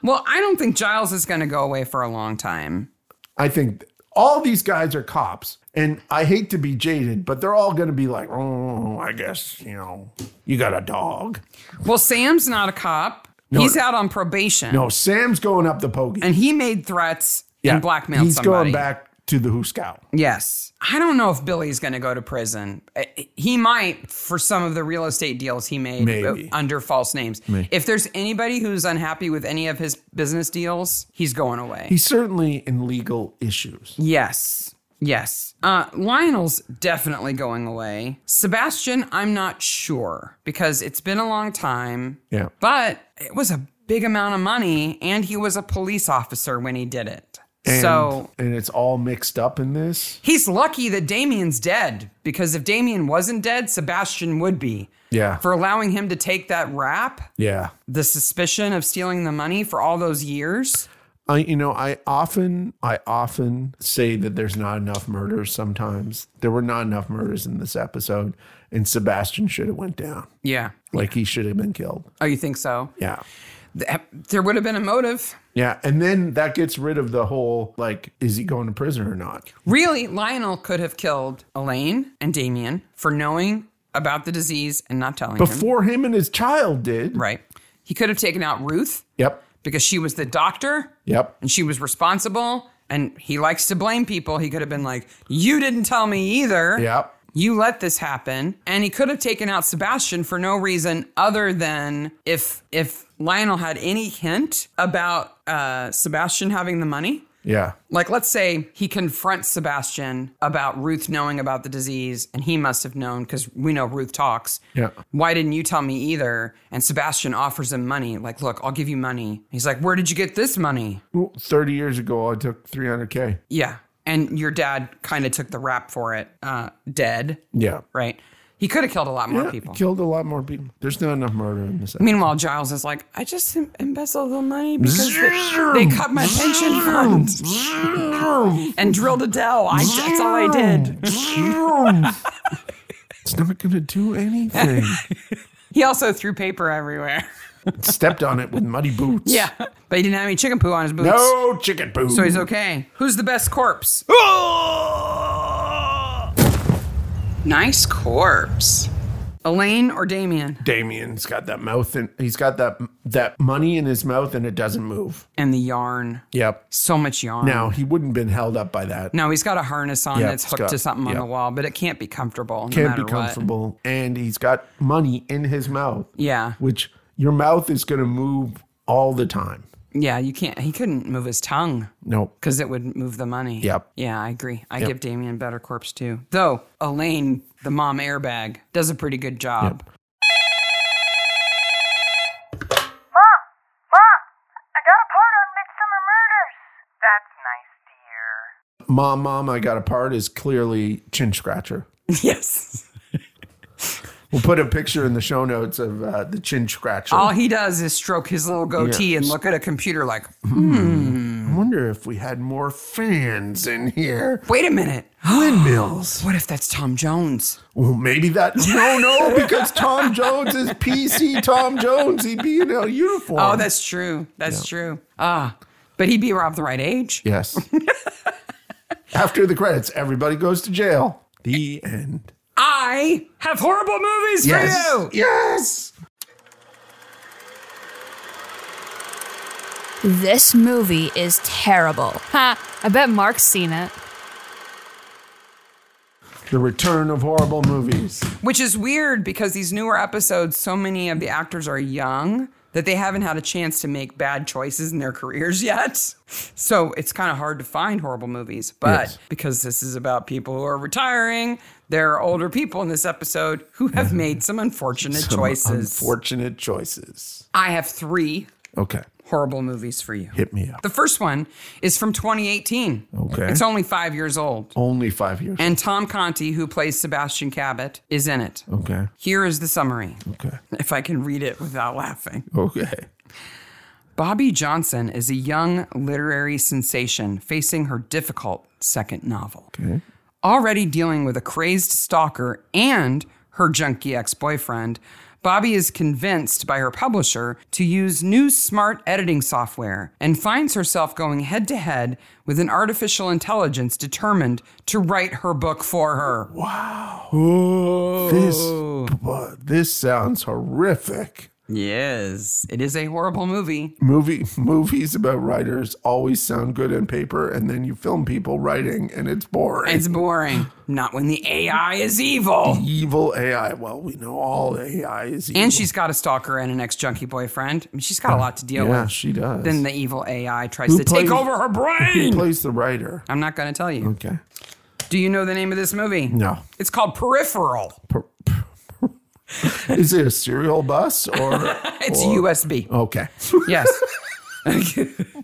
Speaker 1: Well, I don't think Giles is going to go away for a long time.
Speaker 2: I think th- all these guys are cops, and I hate to be jaded, but they're all going to be like, "Oh, I guess you know, you got a dog."
Speaker 1: Well, Sam's not a cop. He's out on probation.
Speaker 2: No, Sam's going up the pokey
Speaker 1: and he made threats and blackmailed
Speaker 2: He's
Speaker 1: somebody.
Speaker 2: going back to the Huskow.
Speaker 1: Yes. I don't know if Billy's going to go to prison. Uh, He might for some of the real estate deals he made uh,
Speaker 2: Maybe.
Speaker 1: under false names. If there's anybody who's unhappy with any of his business deals, he's going away.
Speaker 2: He's certainly in legal issues.
Speaker 1: yes. Yes. Uh, Lionel's definitely going away. Sebastian, I'm not sure because it's been a long time.
Speaker 2: Yeah.
Speaker 1: But it was a big amount of money and he was a police officer when he did it.
Speaker 2: And,
Speaker 1: so
Speaker 2: and it's all mixed up in this.
Speaker 1: He's lucky that Damien's dead because if Damien wasn't dead, Sebastian would be.
Speaker 2: Yeah.
Speaker 1: For allowing him to take that rap,
Speaker 2: yeah.
Speaker 1: the suspicion of stealing the money for all those years.
Speaker 2: I you know I often I often say that there's not enough murders sometimes. There were not enough murders in this episode and Sebastian should have went down.
Speaker 1: Yeah.
Speaker 2: Like he should have been killed.
Speaker 1: Oh, you think so?
Speaker 2: Yeah.
Speaker 1: Th- There would have been a motive.
Speaker 2: Yeah. And then that gets rid of the whole like, is he going to prison or not?
Speaker 1: Really, Lionel could have killed Elaine and Damien for knowing about the disease and not telling him.
Speaker 2: Before him and his child did.
Speaker 1: Right. He could have taken out Ruth
Speaker 2: Yep.
Speaker 1: because she was the doctor
Speaker 2: Yep.
Speaker 1: and she was responsible and he likes to blame people he could have been like you didn't tell me either
Speaker 2: Yep.
Speaker 1: you let this happen and he could have taken out sebastian for no reason other than if if lionel had any hint about uh, sebastian having the money
Speaker 2: Yeah.
Speaker 1: like let's say he confronts sebastian about ruth knowing about the disease and he must have known because we know ruth talks
Speaker 2: Yeah.
Speaker 1: why didn't you tell me either and sebastian offers him money like look i'll give you money he's like where did you get this money
Speaker 2: Ooh, 30 years ago, I took 300K.
Speaker 1: Yeah. And your dad kind of took the rap for it, uh, dead,
Speaker 2: Yeah.
Speaker 1: right? He could have killed a lot more people.
Speaker 2: Killed a lot more people. There's not enough murder in this.
Speaker 1: Meanwhile, Giles is like, I just em- embezzled the money because they, they cut my pension fund and drilled Adele. I, that's all I did.
Speaker 2: it's not going to do anything.
Speaker 1: He also threw paper everywhere.
Speaker 2: Stepped on it with muddy boots.
Speaker 1: Yeah, but he didn't have any chicken poo on his boots.
Speaker 2: No chicken poo.
Speaker 1: So he's okay. Who's the best corpse? Nice corpse. Elaine or Damien?
Speaker 2: Damien's got that mouth and he's got that that money in his mouth and it doesn't move.
Speaker 1: And the yarn.
Speaker 2: Yep.
Speaker 1: So much yarn.
Speaker 2: Now he wouldn't been held up by that.
Speaker 1: No, he's got a harness on
Speaker 2: Yeah,
Speaker 1: that's
Speaker 2: it's
Speaker 1: hooked
Speaker 2: got-
Speaker 1: to something on
Speaker 2: yeah.
Speaker 1: the wall, but it can't be comfortable. No
Speaker 2: Can't
Speaker 1: matter
Speaker 2: be
Speaker 1: what.
Speaker 2: comfortable. And he's got money in his mouth.
Speaker 1: Yeah.
Speaker 2: Which your mouth is going to move all the time.
Speaker 1: Yeah, you can't. He couldn't move his tongue
Speaker 2: Nope.
Speaker 1: because it would move the money.
Speaker 2: Yep.
Speaker 1: Yeah, I agree. I give Damien better corpse too. Though Elaine, the mom airbag, does a pretty good job.
Speaker 3: Mom! Mom! I got a part on Midsummer Murders! That's nice, dear.
Speaker 2: Mom, mom, I got a part is clearly chin scratcher.
Speaker 1: yes.
Speaker 2: We'll put a picture in the show notes of uh, the chin scratcher.
Speaker 1: All he does is stroke his little goatee
Speaker 2: Yeah.
Speaker 1: and look at a computer like,
Speaker 2: I wonder if we had more fans in here.
Speaker 1: wait a minute.
Speaker 2: Windmills.
Speaker 1: What if that's Tom Jones?
Speaker 2: Well, maybe that. No, no, because Tom Jones is PC Tom Jones. He'd be in a uniform.
Speaker 1: Oh, that's true. That's true. Ah, but he'd be around the right age.
Speaker 2: Yes. After the credits, everybody goes to jail. The end.
Speaker 1: I have horrible movies for you.
Speaker 2: Yes.
Speaker 4: This movie is terrible. Ha! I bet Mark's seen it.
Speaker 2: The return of horrible movies.
Speaker 1: Which is weird because these newer episodes, so many of the actors are young that they haven't had a chance to make bad choices in their careers yet. So it's kind of hard to find horrible movies. But
Speaker 2: Yes.
Speaker 1: because this is about people who are retiring, there are older people in this episode who have made some unfortunate
Speaker 2: Some
Speaker 1: choices.
Speaker 2: Unfortunate choices.
Speaker 1: I have three
Speaker 2: Okay.
Speaker 1: horrible movies for you.
Speaker 2: Hit me up.
Speaker 1: The first one is from 2018.
Speaker 2: Okay.
Speaker 1: It's only five years old.
Speaker 2: Only five years.
Speaker 1: And Tom Conti, who plays Sebastian Cabot, is in it.
Speaker 2: Okay.
Speaker 1: Here is the summary,
Speaker 2: Okay.
Speaker 1: if I can read it without laughing.
Speaker 2: Okay.
Speaker 1: Bobby Johnson is a young literary sensation facing her difficult second novel.
Speaker 2: Okay.
Speaker 1: Already dealing with a crazed stalker and her junkie ex boyfriend, Bobby is convinced by her publisher to use new smart editing software and finds herself going head to head with an artificial intelligence determined to write her book for her.
Speaker 2: This, bu- this sounds horrific.
Speaker 1: Yes, it is a horrible movie.
Speaker 2: Movie movies about writers always sound good on paper, and then you film people writing, and it's boring.
Speaker 1: It's boring. Not when the AI is evil.
Speaker 2: evil AI. Well, we know all AI is evil.
Speaker 1: And she's got a stalker and an ex junkie boyfriend. I mean, she's got a lot to deal
Speaker 2: yeah,
Speaker 1: with.
Speaker 2: she does.
Speaker 1: Then the evil AI tries
Speaker 2: Who
Speaker 1: to
Speaker 2: plays-
Speaker 1: take over her
Speaker 2: Who
Speaker 1: brain.
Speaker 2: plays the writer?
Speaker 1: I'm not going to tell you.
Speaker 2: Okay.
Speaker 1: Do you know the name of this movie?
Speaker 2: No.
Speaker 1: It's called Peripheral.
Speaker 2: Per- is it a serial bus or?
Speaker 1: It's
Speaker 2: or-
Speaker 1: USB.
Speaker 2: Okay.
Speaker 1: Yes.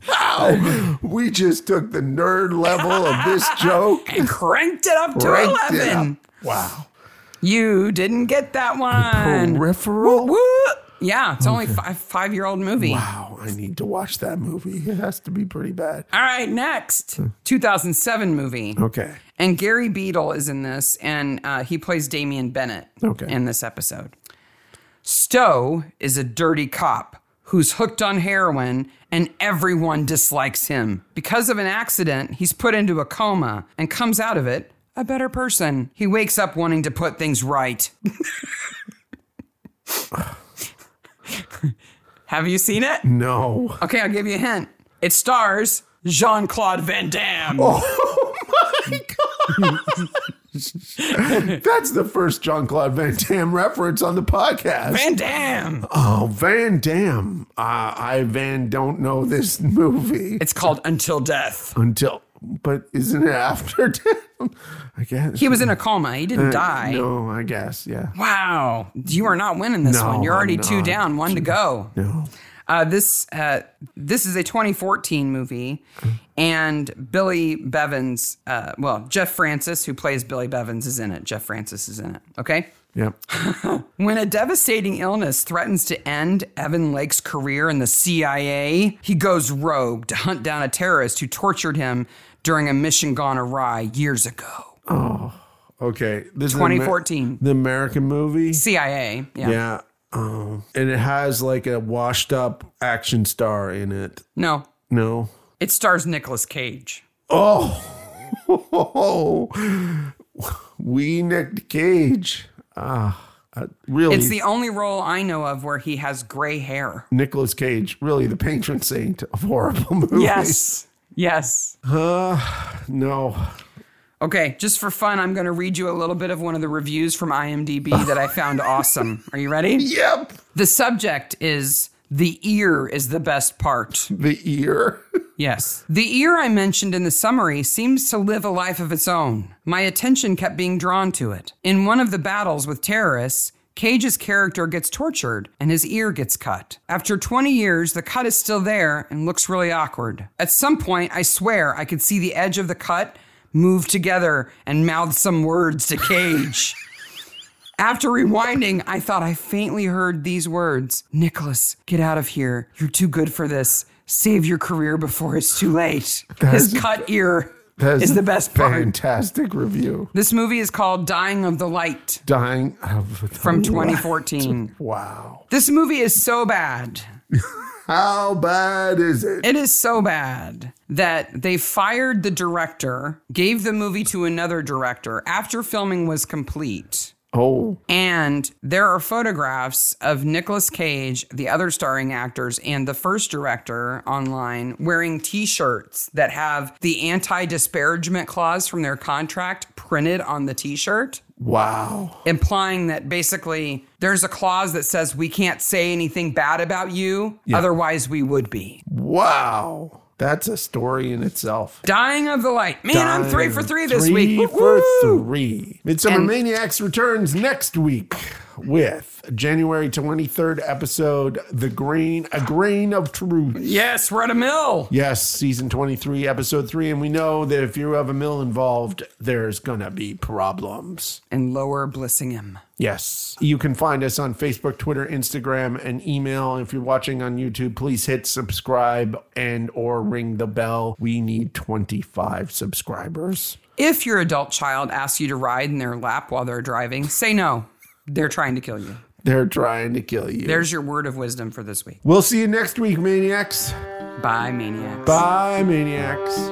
Speaker 2: Wow. We just took the nerd level of this joke.
Speaker 1: and cranked it up to
Speaker 2: ranked it
Speaker 1: 11.
Speaker 2: up. Wow.
Speaker 1: You didn't get that one.
Speaker 2: Peripheral.
Speaker 1: Woo! Yeah, it's only five five year old movie.
Speaker 2: Wow, I need to watch that movie. It has to be pretty bad.
Speaker 1: All right, next
Speaker 2: Hmm.
Speaker 1: 2007 movie.
Speaker 2: Okay.
Speaker 1: And Gary Beadle is in this, and uh, he plays Damian Bennett
Speaker 2: Okay.
Speaker 1: in this episode. Stowe is a dirty cop who's hooked on heroin, and everyone dislikes him. Because of an accident, he's put into a coma and comes out of it a better person. He wakes up wanting to put things right. Have you seen it?
Speaker 2: No.
Speaker 1: Okay, I'll give you a hint. It stars Jean Claude Van Damme.
Speaker 2: Oh my god. That's the first John Claude Van Damme reference on the podcast.
Speaker 1: Van Damme.
Speaker 2: oh, Van Damme. Uh, I Van don't know this movie
Speaker 1: It's called Until Death.
Speaker 2: until, but isn't it after Damme? I guess
Speaker 1: He was in a coma. He didn't die.
Speaker 2: Uh, No, I guess yeah.
Speaker 1: Wow. You are not winning this
Speaker 2: No,
Speaker 1: one. You're already
Speaker 2: I'm
Speaker 1: two
Speaker 2: not.
Speaker 1: down, one to go.
Speaker 2: No.
Speaker 1: Uh, this uh, this is a 2014 movie, and Billy Bevins, uh, well, Jeff Francis, who plays Billy Bevins, is in it. Jeff Francis is in it. Okay.
Speaker 2: Yep.
Speaker 1: When a devastating illness threatens to end Evan Lake's career in the CIA, he goes rogue to hunt down a terrorist who tortured him during a mission gone awry years ago.
Speaker 2: Okay. This is
Speaker 1: 2014.
Speaker 2: the American movie.
Speaker 1: CIA. Yeah.
Speaker 2: Yeah. Um, and it has like a washed up action star in it.
Speaker 1: No,
Speaker 2: No.
Speaker 1: it stars Nicolas Cage.
Speaker 2: Oh. we necked cage. Ah. uh, really.
Speaker 1: It's the only role I know of where he has gray hair.
Speaker 2: Nicholas Cage, really the patron saint of horrible movies.
Speaker 1: Yes.
Speaker 2: No.
Speaker 1: Okay, just for fun, I'm going to read you a little bit of one of the reviews from IMDb that I found awesome. Are you ready?
Speaker 2: Yep.
Speaker 1: The subject is The Ear is the Best Part.
Speaker 2: The ear.
Speaker 1: Yes. The ear I mentioned in the summary seems to live a life of its own. My attention kept being drawn to it. In one of the battles with terrorists, Cage's character gets tortured and his ear gets cut. After 20 years, the cut is still there and looks really awkward. At some point, I swear I could see the edge of the cut move together and mouth some words to Cage. After rewinding, I thought I faintly heard these words Nicholas, get out of here. You're too good for this. Save your career before it's too late. His cut ear
Speaker 2: That's
Speaker 1: is the best part.
Speaker 2: Fantastic review.
Speaker 1: This movie is called Dying of the Light
Speaker 2: Dying of the
Speaker 1: from
Speaker 2: light.
Speaker 1: 2014.
Speaker 2: Wow.
Speaker 1: This movie is so bad.
Speaker 2: How bad is it?
Speaker 1: It is so bad that they fired the director, gave the movie to another director after filming was complete.
Speaker 2: Oh.
Speaker 1: And there are photographs of Nicolas Cage, the other starring actors, and the first director online wearing t shirts that have the anti disparagement clause from their contract printed on the t shirt,
Speaker 2: Wow.
Speaker 1: implying that basically there's a clause that says we can't say anything bad about you, otherwise, we would be.
Speaker 2: Wow. That's a story in itself.
Speaker 1: Dying of the light. Man, I'm three for three this
Speaker 2: Three
Speaker 1: week.
Speaker 2: for
Speaker 1: Woo-hoo!
Speaker 2: three. Midsummer
Speaker 1: And-
Speaker 2: Maniacs returns next week with January 23rd episode The Grain, A Grain of Truth.
Speaker 1: Yes, we're at a mill.
Speaker 2: Yes, season 23, episode 3. And we know that if you have a mill involved, there's going to be problems.
Speaker 1: And lower Blissingham.
Speaker 2: Yes. You can find us on Facebook, Twitter, Instagram, and email. If you're watching on YouTube, please hit subscribe and or ring the bell. We need 25 subscribers.
Speaker 1: If your adult child asks you to ride in their lap while they're driving, say no. They're trying to kill you.
Speaker 2: They're trying to kill you.
Speaker 1: There's your word of wisdom for this week.
Speaker 2: we'll see you next week, maniacs.
Speaker 1: Bye, maniacs.
Speaker 2: Bye, maniacs.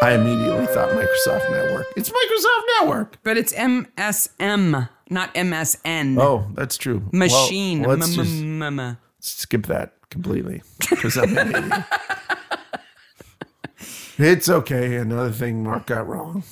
Speaker 2: I immediately thought Microsoft Network. It's Microsoft Network.
Speaker 1: But it's MSM, not MSN.
Speaker 2: Oh, that's true. Well,
Speaker 1: Machine.
Speaker 2: let's just
Speaker 1: Mm-mm-mm-mm.
Speaker 2: skip that completely 'cause I'm an idiot. It's okay. Another thing Mark got wrong.